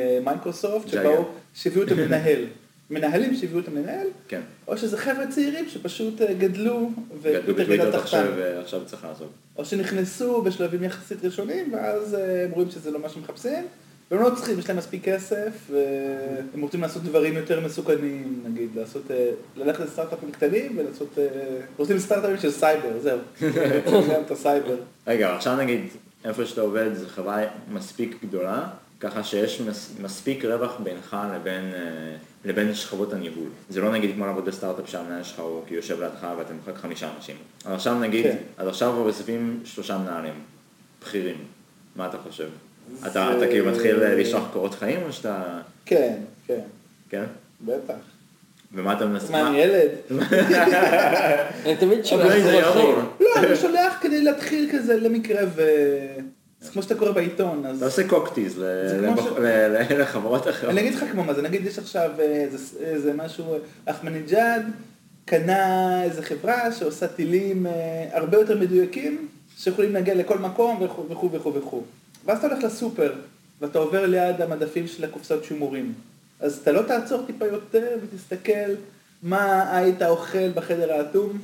[SPEAKER 2] וממייקרוסופט,
[SPEAKER 4] ג'אגר.
[SPEAKER 2] שבאו, שהביאו אותם לנהל. מנהלים שהביאו אותם לנהל,
[SPEAKER 4] כן.
[SPEAKER 2] או שזה חבר'ה צעירים שפשוט אה, גדלו,
[SPEAKER 4] גדלו
[SPEAKER 2] ופיטר גדל
[SPEAKER 4] בטוויטר
[SPEAKER 2] תחתם.
[SPEAKER 4] עכשיו ועכשיו צריך לעזוב.
[SPEAKER 2] או שנכנסו בשלבים יחסית ראשונים, ואז אה, הם רואים שזה לא מה שמחפשים, והם לא צריכים, יש להם מספיק כסף, והם רוצים לעשות דברים יותר מסוכנים, נגיד, לעשות, אה, ללכת לסטארט-אפים קטנים ולעשות, אה, רוצים סטארט-אפים של סייבר, זהו, רוצים גם את הסייבר.
[SPEAKER 4] רגע, אבל עכשיו נגיד, איפה שאתה עובד זו חברה מספיק גדולה, ככה שיש מס, מספיק רווח בינך לבין, אה, לבין שכבות הניהול. זה לא נגיד כמו לעבוד בסטארט-אפ שהמנהל שלך הוא כי יושב לידך ואתם רק חמישה אנשים. אז עכשיו נגיד,
[SPEAKER 2] כן.
[SPEAKER 4] אז עכשיו כבר בסופים שלושה מנהלים, בכירים. מה אתה חושב?
[SPEAKER 2] זה-
[SPEAKER 4] אתה, אתה כאילו מתחיל אה, לשלוח קורות חיים או שאתה...
[SPEAKER 2] כן, כן,
[SPEAKER 4] כן?
[SPEAKER 2] בטח.
[SPEAKER 4] ומה אתה מנסה?
[SPEAKER 2] אז מה, אני ילד?
[SPEAKER 3] אני תמיד שומע
[SPEAKER 4] אולי אוקיי, זה
[SPEAKER 3] קורות
[SPEAKER 4] יעבור.
[SPEAKER 3] חיים.
[SPEAKER 2] לא, אני שולח כדי להתחיל כזה למקרה ו... זה כמו שאתה קורא בעיתון,
[SPEAKER 4] אתה
[SPEAKER 2] אז...
[SPEAKER 4] עושה קוקטיז ל-
[SPEAKER 2] זה כמו
[SPEAKER 4] לבח-
[SPEAKER 2] ש-
[SPEAKER 4] ל- ל- לחברות אחרות.
[SPEAKER 2] אני אגיד לך כמו מה זה, נגיד יש עכשיו אה, איזה- איזה משהו, אה, אחמדינג'אד קנה איזה חברה שעושה טילים אה, הרבה יותר מדויקים, שיכולים להגיע לכל מקום וכו' וכו' וכו' וכו'. ואז אתה הולך לסופר, ואתה עובר ליד המדפים של הקופסאות שימורים. אז אתה לא תעצור טיפה יותר ותסתכל מה היית אוכל בחדר האטום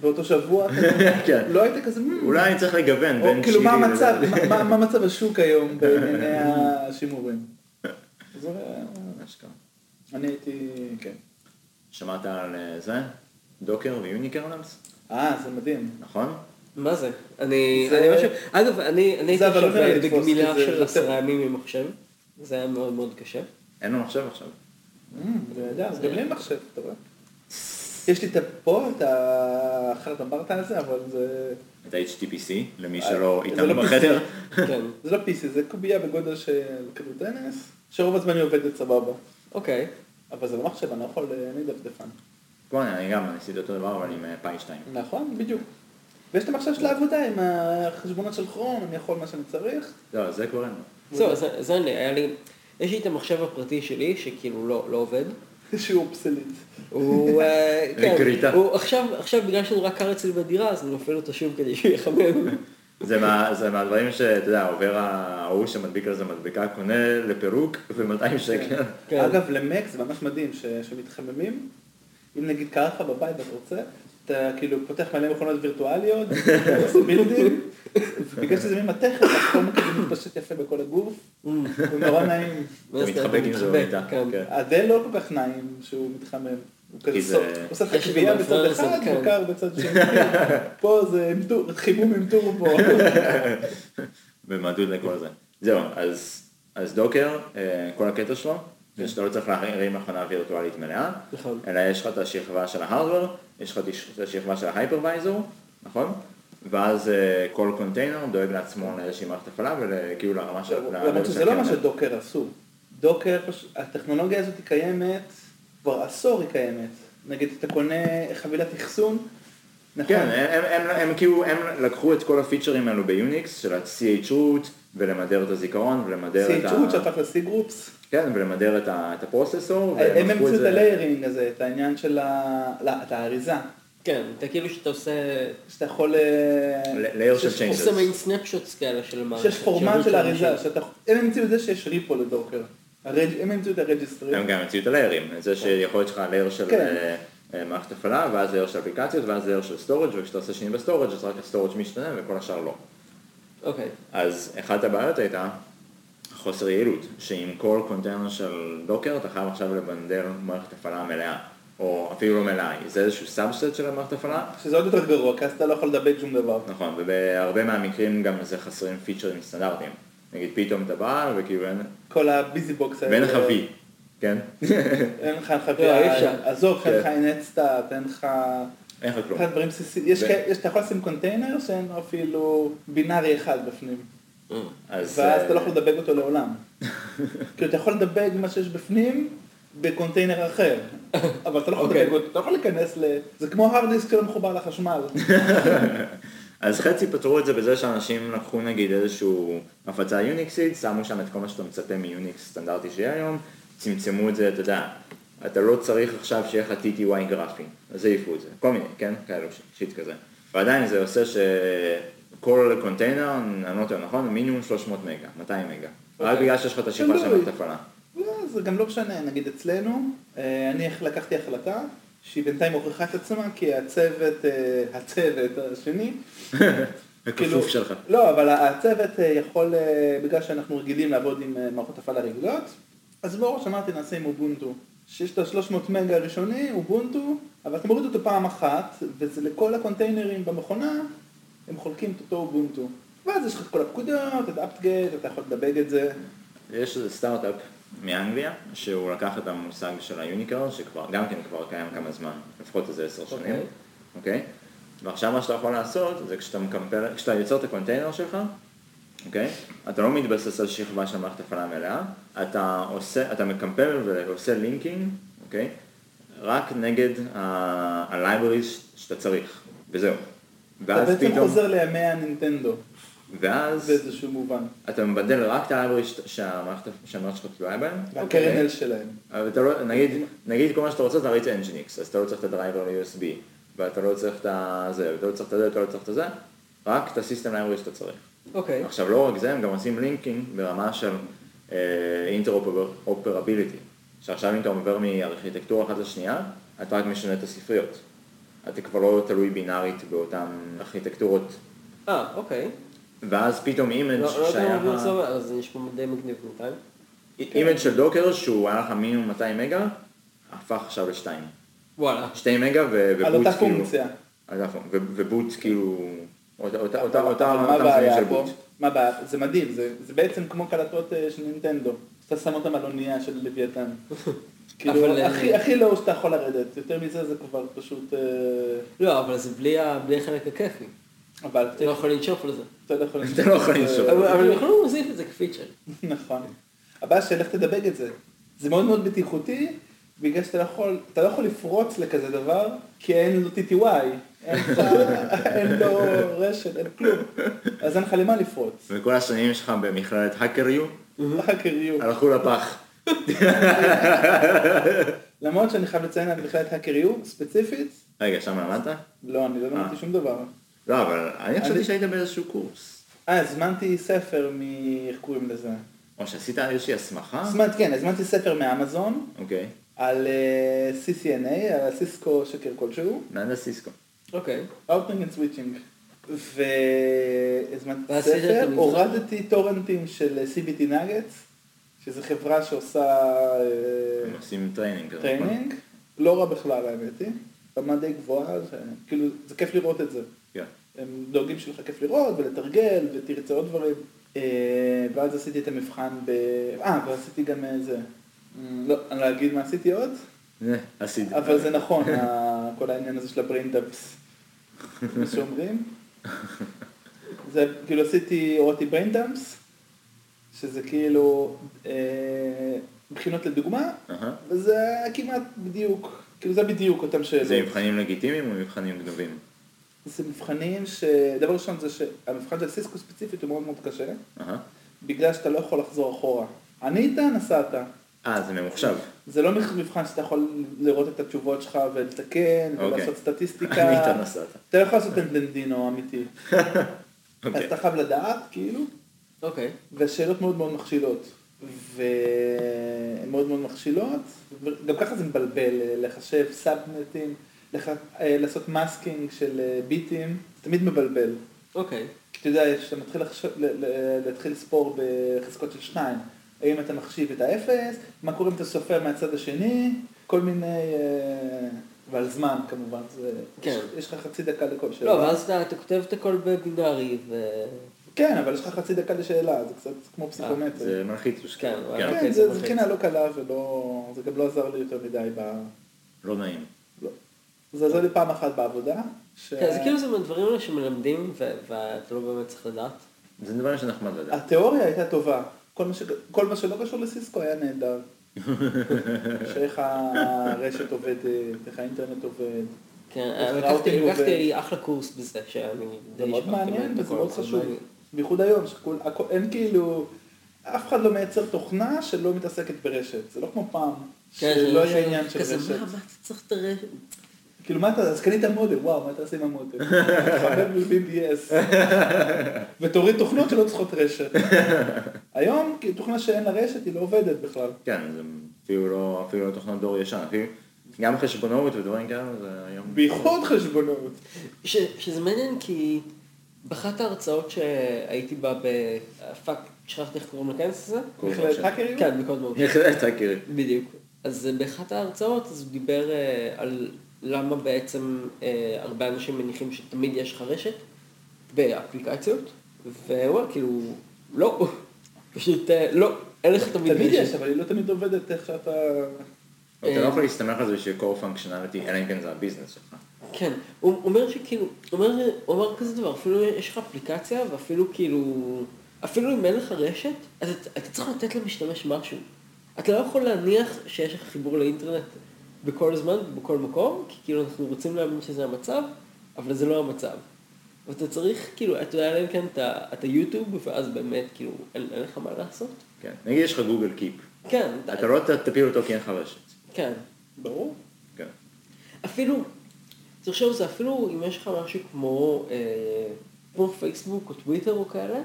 [SPEAKER 2] באותו שבוע, כזה.
[SPEAKER 4] כן.
[SPEAKER 2] לא היית כזה, "מ,
[SPEAKER 4] אולי אני צריך לגוון
[SPEAKER 2] או
[SPEAKER 4] בין
[SPEAKER 2] כאילו מה
[SPEAKER 4] שירי לבין-
[SPEAKER 2] המצב, מה- מה- מה מצב השוק היום בענייני השימורים. אז, אה,
[SPEAKER 4] אשכרה.
[SPEAKER 2] אני הייתי, כן.
[SPEAKER 4] שמעת על אה, זה? דוקר ויוניקרנלס,
[SPEAKER 2] אה, זה מדהים.
[SPEAKER 4] נכון?
[SPEAKER 3] מה זה? אני...
[SPEAKER 2] זה-
[SPEAKER 3] אני ממש... אגב, אני אני הייתי
[SPEAKER 2] אבל לא נראה לי
[SPEAKER 3] עכשיו
[SPEAKER 2] לתפוס,
[SPEAKER 3] בגמילה
[SPEAKER 2] כי זה
[SPEAKER 3] של
[SPEAKER 2] יותר-
[SPEAKER 3] עשרה ימים עם מחשב. זה היה מאוד מאוד קשה.
[SPEAKER 4] אין לו מחשב עכשיו.
[SPEAKER 2] אה, נהדר, גם לי מחשב, אתה רואה? יש לי את פה, את ה... אחר דיברת על זה, אבל זה...
[SPEAKER 4] את ה-HTPC, למי
[SPEAKER 2] אה,
[SPEAKER 4] שלא
[SPEAKER 2] זה
[SPEAKER 4] איתנו
[SPEAKER 2] לא
[SPEAKER 4] בחדר.
[SPEAKER 3] כן.
[SPEAKER 2] זה לא PC, זה קובייה בגודל של כדור טניס, שרוב הזמן היא עובדת סבבה.
[SPEAKER 3] אוקיי.
[SPEAKER 2] אבל זה לא מחשב, אני לא יכול, אה, אני דפדפן.
[SPEAKER 4] כמו אני גם ניסיתי אותו דבר, אבל עם אה, פאי 2.
[SPEAKER 2] נכון, בדיוק. ויש את המחשב של העבודה עם החשבונות של כרום, אני יכול מה שאני צריך.
[SPEAKER 4] לא, זה כבר אין לו.
[SPEAKER 3] זהו, זה- זה אין לי, היה לי... יש לי את המחשב הפרטי שלי, שכאילו לא לא עובד.
[SPEAKER 2] שהוא אובסליט.
[SPEAKER 3] הוא... אה, כן.
[SPEAKER 4] לגריטה.
[SPEAKER 3] הוא עכשיו, עכשיו בגלל שהוא רק קר אצלי בדירה, אז אני מפעיל אותו שוב כדי שהוא יחמם.
[SPEAKER 4] זה מה- זה מהדברים שאתה יודע, עובר ההוא שמדביק על זה מדבקה, קונה לפירוק ו-200 שקל.
[SPEAKER 3] כן.
[SPEAKER 2] אגב, למק זה ממש מדהים ש- שמתחממים. אם נגיד קר לך בבית ואתה רוצה, אתה כאילו פותח מלא מכונות וירטואליות, עושה בילדים, ובגלל שזה ממתכת, החום כזה מתפשט יפה בכל הגוף,
[SPEAKER 3] Mm.
[SPEAKER 2] הוא נורא נעים.
[SPEAKER 4] אתה מתחבק עם זה
[SPEAKER 3] מתחבק,
[SPEAKER 4] במיטה.
[SPEAKER 3] כן.
[SPEAKER 4] כן.
[SPEAKER 2] הדל לא כל כך נעים שהוא מתחמם. הוא
[SPEAKER 4] כי
[SPEAKER 2] כזה
[SPEAKER 4] זה-
[SPEAKER 2] סוף, הוא עושה את
[SPEAKER 3] יש לי
[SPEAKER 2] הקביעה
[SPEAKER 3] גם
[SPEAKER 2] בצד
[SPEAKER 3] הפרעה
[SPEAKER 2] אחד,
[SPEAKER 3] לזה, כן.
[SPEAKER 2] וקר בצד שני. פה זה עם טור- חימום עם טורבו.
[SPEAKER 4] ומדוד לכל זה. זהו, אז, אז דוקר, אה, כל הקטע שלו, זה שאתה לא צריך להרים מכונה וירטואלית מלאה,
[SPEAKER 3] נכון.
[SPEAKER 4] אלא יש לך את השכבה של ההארדוור, יש לך את השכבה של ההייפרוויזור, נכון? ואז אה, כל קונטיינר דואג לעצמו לאיזושהי מערכת הפעלה וכאילו לרמה של...
[SPEAKER 2] למרות שזה לא מה שדוקר עשו. דוקר, פשוט- הטכנולוגיה הזאת היא קיימת, כבר עשור היא קיימת. נגיד אתה קונה חבילת אחסון, נכון?
[SPEAKER 4] כן, הם, הם, הם, הם כאילו, הם לקחו את כל הפיצ'רים האלו ביוניקס, של ה-CH root, ולמדר את הזיכרון, ולמדר את ה...
[SPEAKER 2] סייצ'רות שהפך לסי גרופס.
[SPEAKER 4] כן, ולמדר את, ה, את הפרוססור,
[SPEAKER 2] הם
[SPEAKER 4] והם אוקיי, הפכו
[SPEAKER 2] המצאו את
[SPEAKER 4] זה-
[SPEAKER 2] הליירינג הזה, את העניין של ה... לא, את האריזה.
[SPEAKER 3] כן, אתה כאילו שאתה עושה...
[SPEAKER 2] שאתה יכול... אה,
[SPEAKER 4] ל- layer של
[SPEAKER 2] שיש-
[SPEAKER 4] changes.
[SPEAKER 3] עושה מעין סנפשוטס כאלה של מערכת.
[SPEAKER 2] שיש פורמט
[SPEAKER 3] שירות
[SPEAKER 2] של אריזה,
[SPEAKER 3] אנשים.
[SPEAKER 2] שאתה... הם המציאו את זה שיש ריפו לדוקר. הרג- הם המציאו את הרג'יסטרי.
[SPEAKER 4] הם גם המציאו את הליירים, את זה שיכול להיות שלך לייר של
[SPEAKER 2] כן.
[SPEAKER 4] אה, אה, מערכת הפעלה, ואז לייר של אפליקציות, ואז לייר של סטורג' וכשאתה עושה שינוי בסטורג' אז רק הסטורג' משתנה וכל השאר לא.
[SPEAKER 3] אוקיי.
[SPEAKER 4] אז אחת הבעיות הייתה חוסר יעילות, שעם כל קונטיינר של דוקר אתה חייב עכשיו לבנדל מערכת הפעלה מלאה, או אפילו לא מלאה, זה איזשהו סאבסט של המערכת הפעלה,
[SPEAKER 2] שזה עוד יותר גרוע, כי אז אתה לא יכול לדבק שום דבר.
[SPEAKER 4] נכון, ובהרבה מהמקרים גם זה חסרים פיצ'רים סטנדרטיים. נגיד פתאום אתה בא וכאילו אין,
[SPEAKER 2] כל הביזי בוקס האלה.
[SPEAKER 4] ואין לך V, כן?
[SPEAKER 2] אין לך
[SPEAKER 3] לא, אי
[SPEAKER 2] הנחביה,
[SPEAKER 3] אפשר. לא.
[SPEAKER 2] עזוב, אין לך
[SPEAKER 4] כן.
[SPEAKER 2] אינסטאט, אין לך...
[SPEAKER 4] אין לך כלום.
[SPEAKER 2] אין לך דברים בסיסיים. יש
[SPEAKER 4] ו-
[SPEAKER 2] כאלה- יש- אתה יכול לשים קונטיינר שאין לו אפילו בינארי אחד בפנים.
[SPEAKER 4] אז,
[SPEAKER 2] ואז
[SPEAKER 4] אה,
[SPEAKER 2] אתה לא יכול לדבק אותו לעולם. כאילו, אתה יכול לדבק מה שיש בפנים בקונטיינר אחר. אבל אתה לא יכול
[SPEAKER 3] אוקיי.
[SPEAKER 2] לדבק אותו, אתה לא יכול להיכנס ל... זה כמו hard disk שלא מחובר לחשמל.
[SPEAKER 4] אז חצי פתרו את זה בזה שאנשים לקחו נגיד איזשהו הפצה יוניקסית, שמו שם את כל מה שאתה מצפה מיוניקס סטנדרטי שיהיה היום, צמצמו את זה, אתה יודע, אתה לא צריך עכשיו שיהיה לך TTY גרפי, אז העיפו את זה, כל מיני, כן? כאלו ש- שיט כזה. ועדיין זה עושה שכל קונטיינר, אני לא טועה, נכון? מינימום 300 מגה, 200 מגה. רק
[SPEAKER 3] אוקיי.
[SPEAKER 4] בגלל שיש לך את השכבה של
[SPEAKER 2] תלוי.
[SPEAKER 4] מערכת הפעלה.
[SPEAKER 2] לא, זה גם לא משנה, נגיד אצלנו, אה, אני לקחתי החלטה שהיא בינתיים הוכיחה את עצמה, כי הצוות, אה, הצוות השני,
[SPEAKER 4] הכפוף שלך.
[SPEAKER 2] לא, אבל הצוות אה, יכול, אה, בגלל שאנחנו רגילים לעבוד עם אה, מערכות הפעלה רגילות, אז בואו שאמרתי נעשה עם אובונטו. שיש את ה-300 מגה הראשוני, אובונטו, אבל אתה מוריד אותו פעם אחת, וזה לכל הקונטיינרים במכונה, הם חולקים את אותו אובונטו. ואז יש לך את כל הפקודות, את אפטגט, אתה יכול לדבג את זה.
[SPEAKER 4] יש איזה סטארט-אפ מאנגליה, שהוא לקח את המושג של היוניקר, שכבר, גם כן כבר קיים כמה זמן, לפחות איזה עשר שנים,
[SPEAKER 3] אוקיי.
[SPEAKER 4] אוקיי? ועכשיו מה שאתה יכול לעשות, זה כשאתה מקמפל, כשאתה יוצר את הקונטיינר שלך, אוקיי? אתה לא מתבסס על שכבה של מערכת הפעלה מלאה, אתה עושה, אתה מקמפל ועושה לינקינג, אוקיי? רק נגד ה-libraries שאתה צריך, וזהו.
[SPEAKER 2] אתה
[SPEAKER 4] ואז
[SPEAKER 2] בעצם
[SPEAKER 4] פתאום,
[SPEAKER 2] חוזר לימי הנינטנדו,
[SPEAKER 4] ואז
[SPEAKER 2] באיזשהו מובן.
[SPEAKER 4] אתה מבדל רק את ה-libraries שהמערכת שהמערכת שלך תלויה בהם, אוקיי?
[SPEAKER 2] והקרנל שלהם.
[SPEAKER 4] אבל אתה לא, נגיד, נגיד כל מה שאתה רוצה זה ריץ NGX, אז אתה לא צריך את הדרייבר ל-USB, ואתה לא צריך את הזה, ואתה לא צריך את זה, ואתה לא צריך את זה, רק את הסיסטם לייברי שאתה צריך.
[SPEAKER 3] אוקיי.
[SPEAKER 4] עכשיו לא רק זה, הם גם עושים לינקינג ברמה של אינטרופרביליטי, שעכשיו אם אתה עובר מארכיטקטורה אחת לשנייה, אתה רק משנה את הספריות. אתה כבר לא תלוי בינארית באותן ארכיטקטורות,
[SPEAKER 3] אה, אוקיי.
[SPEAKER 2] כן,
[SPEAKER 4] ואז פתאום אימג'
[SPEAKER 3] לא לא יודע
[SPEAKER 4] שהיה...
[SPEAKER 3] מה הוא עושה, אבל זה נשמע די מגניב בינתיים.
[SPEAKER 4] אימג' של דוקר שהוא היה לך מינימום 200 מגה, הפך עכשיו לשתיים.
[SPEAKER 3] וואלה.
[SPEAKER 4] שתי מגה ו- ובוט
[SPEAKER 2] על אותה
[SPEAKER 4] כאילו-
[SPEAKER 2] פונקציה.
[SPEAKER 4] על אותה פונקציה. ו- ובוט כאילו... אותה אותה אותה
[SPEAKER 2] אבל
[SPEAKER 4] אותה
[SPEAKER 2] מה הבעיה
[SPEAKER 4] של
[SPEAKER 2] פה?
[SPEAKER 4] בוט.
[SPEAKER 2] מה הבעיה? זה מדהים, זה זה בעצם כמו קלטות אה, של נינטנדו. שאתה שם אותם על אונייה של לוויתן.
[SPEAKER 3] אבל,
[SPEAKER 2] כאילו,
[SPEAKER 3] אה,
[SPEAKER 2] הכי- הכי לואו שאתה יכול לרדת, יותר מזה זה כבר פשוט... אה,
[SPEAKER 3] לא, אבל זה בלי ה- בלי החלק הכיפי.
[SPEAKER 2] אבל
[SPEAKER 3] אתה לא יכול לנשוף על זה.
[SPEAKER 2] אתה לא יכול...
[SPEAKER 4] אתה לא יכול לנשום.
[SPEAKER 2] אה,
[SPEAKER 3] אבל אבל הם יכולים להוסיף את זה כפיצ'ר.
[SPEAKER 2] נכון. הבעיה שלך תדבק את זה. זה מאוד מאוד בטיחותי, בגלל שאתה לא יכול, אתה לא יכול לפרוץ לכזה דבר, כי אין לו TTY, אין לך- אין לו רשת, אין כלום. אז אין לך למה לפרוץ.
[SPEAKER 4] וכל השנים שלך במכללת האקריו,
[SPEAKER 2] האקריות.
[SPEAKER 4] הלכו לפח.
[SPEAKER 2] למרות שאני חייב לציין על בכלל את האקריו, ספציפית,
[SPEAKER 4] רגע, שם למדת?
[SPEAKER 2] לא, אני לא למדתי שום דבר.
[SPEAKER 4] לא, אבל אני חשבתי
[SPEAKER 2] אני-
[SPEAKER 4] שהיית באיזשהו קורס.
[SPEAKER 2] אה, הזמנתי ספר מ... איך קוראים לזה?
[SPEAKER 4] או שעשית איזושהי הסמכה?
[SPEAKER 2] הזמנתי, כן, הזמנתי ספר מאמזון
[SPEAKER 4] אוקיי.
[SPEAKER 2] על אה, CCNA, על הסיסקו שקר כלשהו.
[SPEAKER 4] מהנדס סיסקו.
[SPEAKER 2] אה.
[SPEAKER 3] אוקיי.
[SPEAKER 2] אאוטינג אנד סוויצ'ינג. והזמנתי
[SPEAKER 3] ועשית את
[SPEAKER 2] ספר,
[SPEAKER 3] המבצע?
[SPEAKER 2] הורדתי טורנטים של CBT נגטס, שזו חברה שעושה אה,
[SPEAKER 4] הם עושים טריינינג. כזה, נכון?
[SPEAKER 2] טריינינג, לא רע בכלל האמת היא, רמה די גבוהה, ש... כאילו זה כיף לראות את זה.
[SPEAKER 4] כן.
[SPEAKER 2] הם דואגים שיהיה לך כיף לראות ולתרגל ותרצה עוד דברים. אה, ואז עשיתי את המבחן ב... אה, ועשיתי גם איזה... לא, אני לא אגיד מה עשיתי עוד,
[SPEAKER 4] זה, הסיד.
[SPEAKER 2] אבל זה נכון, ה- כל העניין הזה של הבריינדאפס, מה שאומרים. זה כאילו עשיתי, הורדתי בריינדאפס, שזה כאילו אה, בחינות לדוגמה,
[SPEAKER 4] אהה.
[SPEAKER 2] וזה כמעט בדיוק, כאילו זה בדיוק אותם שאלות.
[SPEAKER 4] זה מבחנים לגיטימיים או מבחנים גנובים?
[SPEAKER 2] זה מבחנים ש... דבר ראשון זה שהמבחן של סיסקו ספציפית הוא מאוד מאוד קשה,
[SPEAKER 4] אהה.
[SPEAKER 2] בגלל שאתה לא יכול לחזור אחורה. ענית, נסעת.
[SPEAKER 4] אה, זה ממוחשב.
[SPEAKER 2] זה לא מבחן שאתה יכול לראות את התשובות שלך ולתקן,
[SPEAKER 4] אוקיי.
[SPEAKER 2] ולעשות סטטיסטיקה.
[SPEAKER 4] ענית, נסעת.
[SPEAKER 2] אתה לא יכול לעשות טנדנדינו אמיתי. אז
[SPEAKER 4] אוקיי.
[SPEAKER 2] אתה חייב לדעת, כאילו,
[SPEAKER 3] אוקיי.
[SPEAKER 2] והשאלות מאוד מאוד מכשילות. והן מאוד מאוד מכשילות, וגם ככה זה מבלבל, אה, לחשב סאבנטים, לח... אה, לעשות מאסקינג של אה, ביטים, זה תמיד מבלבל.
[SPEAKER 3] אוקיי.
[SPEAKER 2] כי אתה יודע, כשאתה מתחיל לחשוב, ל- ל- להתחיל לספור בחזקות של שניים, האם אתה מחשיב את האפס, מה קורה אם אתה סופר מהצד השני, כל מיני, אה, ועל זמן כמובן, זה,
[SPEAKER 3] כן.
[SPEAKER 2] יש, יש לך חצי דקה לכל שאלה.
[SPEAKER 3] לא, ואז אתה- אתה כותב את הכל בבינארי, ו...
[SPEAKER 2] כן, אבל יש לך חצי דקה לשאלה, זה קצת כמו פסיכומטרי.
[SPEAKER 4] זה מלחיץ.
[SPEAKER 3] כן, אבל-
[SPEAKER 4] כן.
[SPEAKER 2] כן,
[SPEAKER 3] אה, אוקיי,
[SPEAKER 2] זה
[SPEAKER 3] זה
[SPEAKER 2] זה
[SPEAKER 3] מלחיץ.
[SPEAKER 2] בחינה לא קלה ולא, זה גם לא עזר לי יותר מדי ב...
[SPEAKER 4] לא נעים.
[SPEAKER 2] לא. זה עזר לי פעם אחת בעבודה. ש-
[SPEAKER 3] כן, זה כאילו זה מהדברים האלה שמלמדים, ו- ואתה לא באמת צריך לדעת.
[SPEAKER 4] זה דבר שנחמד לדעת.
[SPEAKER 2] התיאוריה הייתה טובה. כל מה, ש... כל מה שלא קשור לסיסקו היה נהדר. שאיך הרשת עובדת, איך האינטרנט עובד.
[SPEAKER 3] כן,
[SPEAKER 2] איך
[SPEAKER 3] לקחתי-
[SPEAKER 2] ראוטינג
[SPEAKER 3] לקחתי אחלה קורס בזה, שאני די
[SPEAKER 2] זה מאוד
[SPEAKER 3] שכחתי
[SPEAKER 2] מעניין
[SPEAKER 3] ממנו את
[SPEAKER 2] וזה
[SPEAKER 3] הכל,
[SPEAKER 2] מאוד
[SPEAKER 3] אבל
[SPEAKER 2] חשוב.
[SPEAKER 3] אני-
[SPEAKER 2] בייחוד היום, שכול, הכ... אין כאילו, אף אחד לא מייצר תוכנה שלא מתעסקת ברשת. זה לא כמו פעם,
[SPEAKER 3] כן,
[SPEAKER 2] שלא
[SPEAKER 3] זה-
[SPEAKER 2] היה עניין של
[SPEAKER 3] כזה,
[SPEAKER 2] רשת.
[SPEAKER 3] מה, מה אתה צריך את הרשת?
[SPEAKER 2] כאילו מה אתה, אז קנית מודם, וואו, מה אתה עושה עם המודם? תחבר ב-BBS. ותוריד תוכנות שלא צריכות רשת. היום, כאילו, תוכנה שאין לה רשת היא לא עובדת בכלל.
[SPEAKER 4] כן, זה אפילו לא, אפילו לא תוכנת דור ישן. אפילו, גם חשבונאות ודברים כאלה, זה היום...
[SPEAKER 2] בייחוד חשבונאות.
[SPEAKER 3] ש, שזה מעניין כי באחת ההרצאות שהייתי בה ב... פאק, שכחתי איך קוראים לכנס הזה?
[SPEAKER 4] כל דבר
[SPEAKER 2] בכלל,
[SPEAKER 4] ש-
[SPEAKER 2] האקרים?
[SPEAKER 3] כן, בקוד מאוד.
[SPEAKER 4] בהחלט, תכירי.
[SPEAKER 3] בדיוק. אז אה, באחת ההרצאות, אז הוא דיבר אה, על למה בעצם אה, הרבה אנשים מניחים שתמיד יש לך רשת באפליקציות, והוא אמר, כאילו, לא, פשוט אה, לא, אין לך תמיד
[SPEAKER 2] תמיד יש, אבל היא לא תמיד עובדת איך שאתה...
[SPEAKER 4] אתה לא יכול להסתמך על זה בשביל core functionality, אלא אם כן זה הביזנס שלך.
[SPEAKER 3] כן, הוא הוא אומר שכאילו, הוא אומר, הוא אומר כזה דבר, אפילו יש לך אפליקציה ואפילו כאילו, אפילו אם אין לך רשת, אז אתה, אתה צריך לתת למשתמש משהו. אתה לא יכול להניח שיש לך חיבור לאינטרנט בכל זמן, בכל מקום, כי כאילו אנחנו רוצים להאמין שזה המצב, אבל זה לא המצב. ואתה צריך, כאילו, אתה יודע, אלא אם כן אתה, אתה יוטיוב, ואז באמת, כאילו, אין, אין לך מה לעשות.
[SPEAKER 4] כן. נגיד יש לך גוגל קיפ.
[SPEAKER 3] כן, אתה,
[SPEAKER 4] אתה לא ת- תפיל אותו כי אין לך רשת.
[SPEAKER 3] כן.
[SPEAKER 2] ברור.
[SPEAKER 4] כן.
[SPEAKER 3] אפילו, תחשוב, זה אפילו אם יש לך משהו כמו, אה, כמו פייסבוק או טוויטר או כאלה,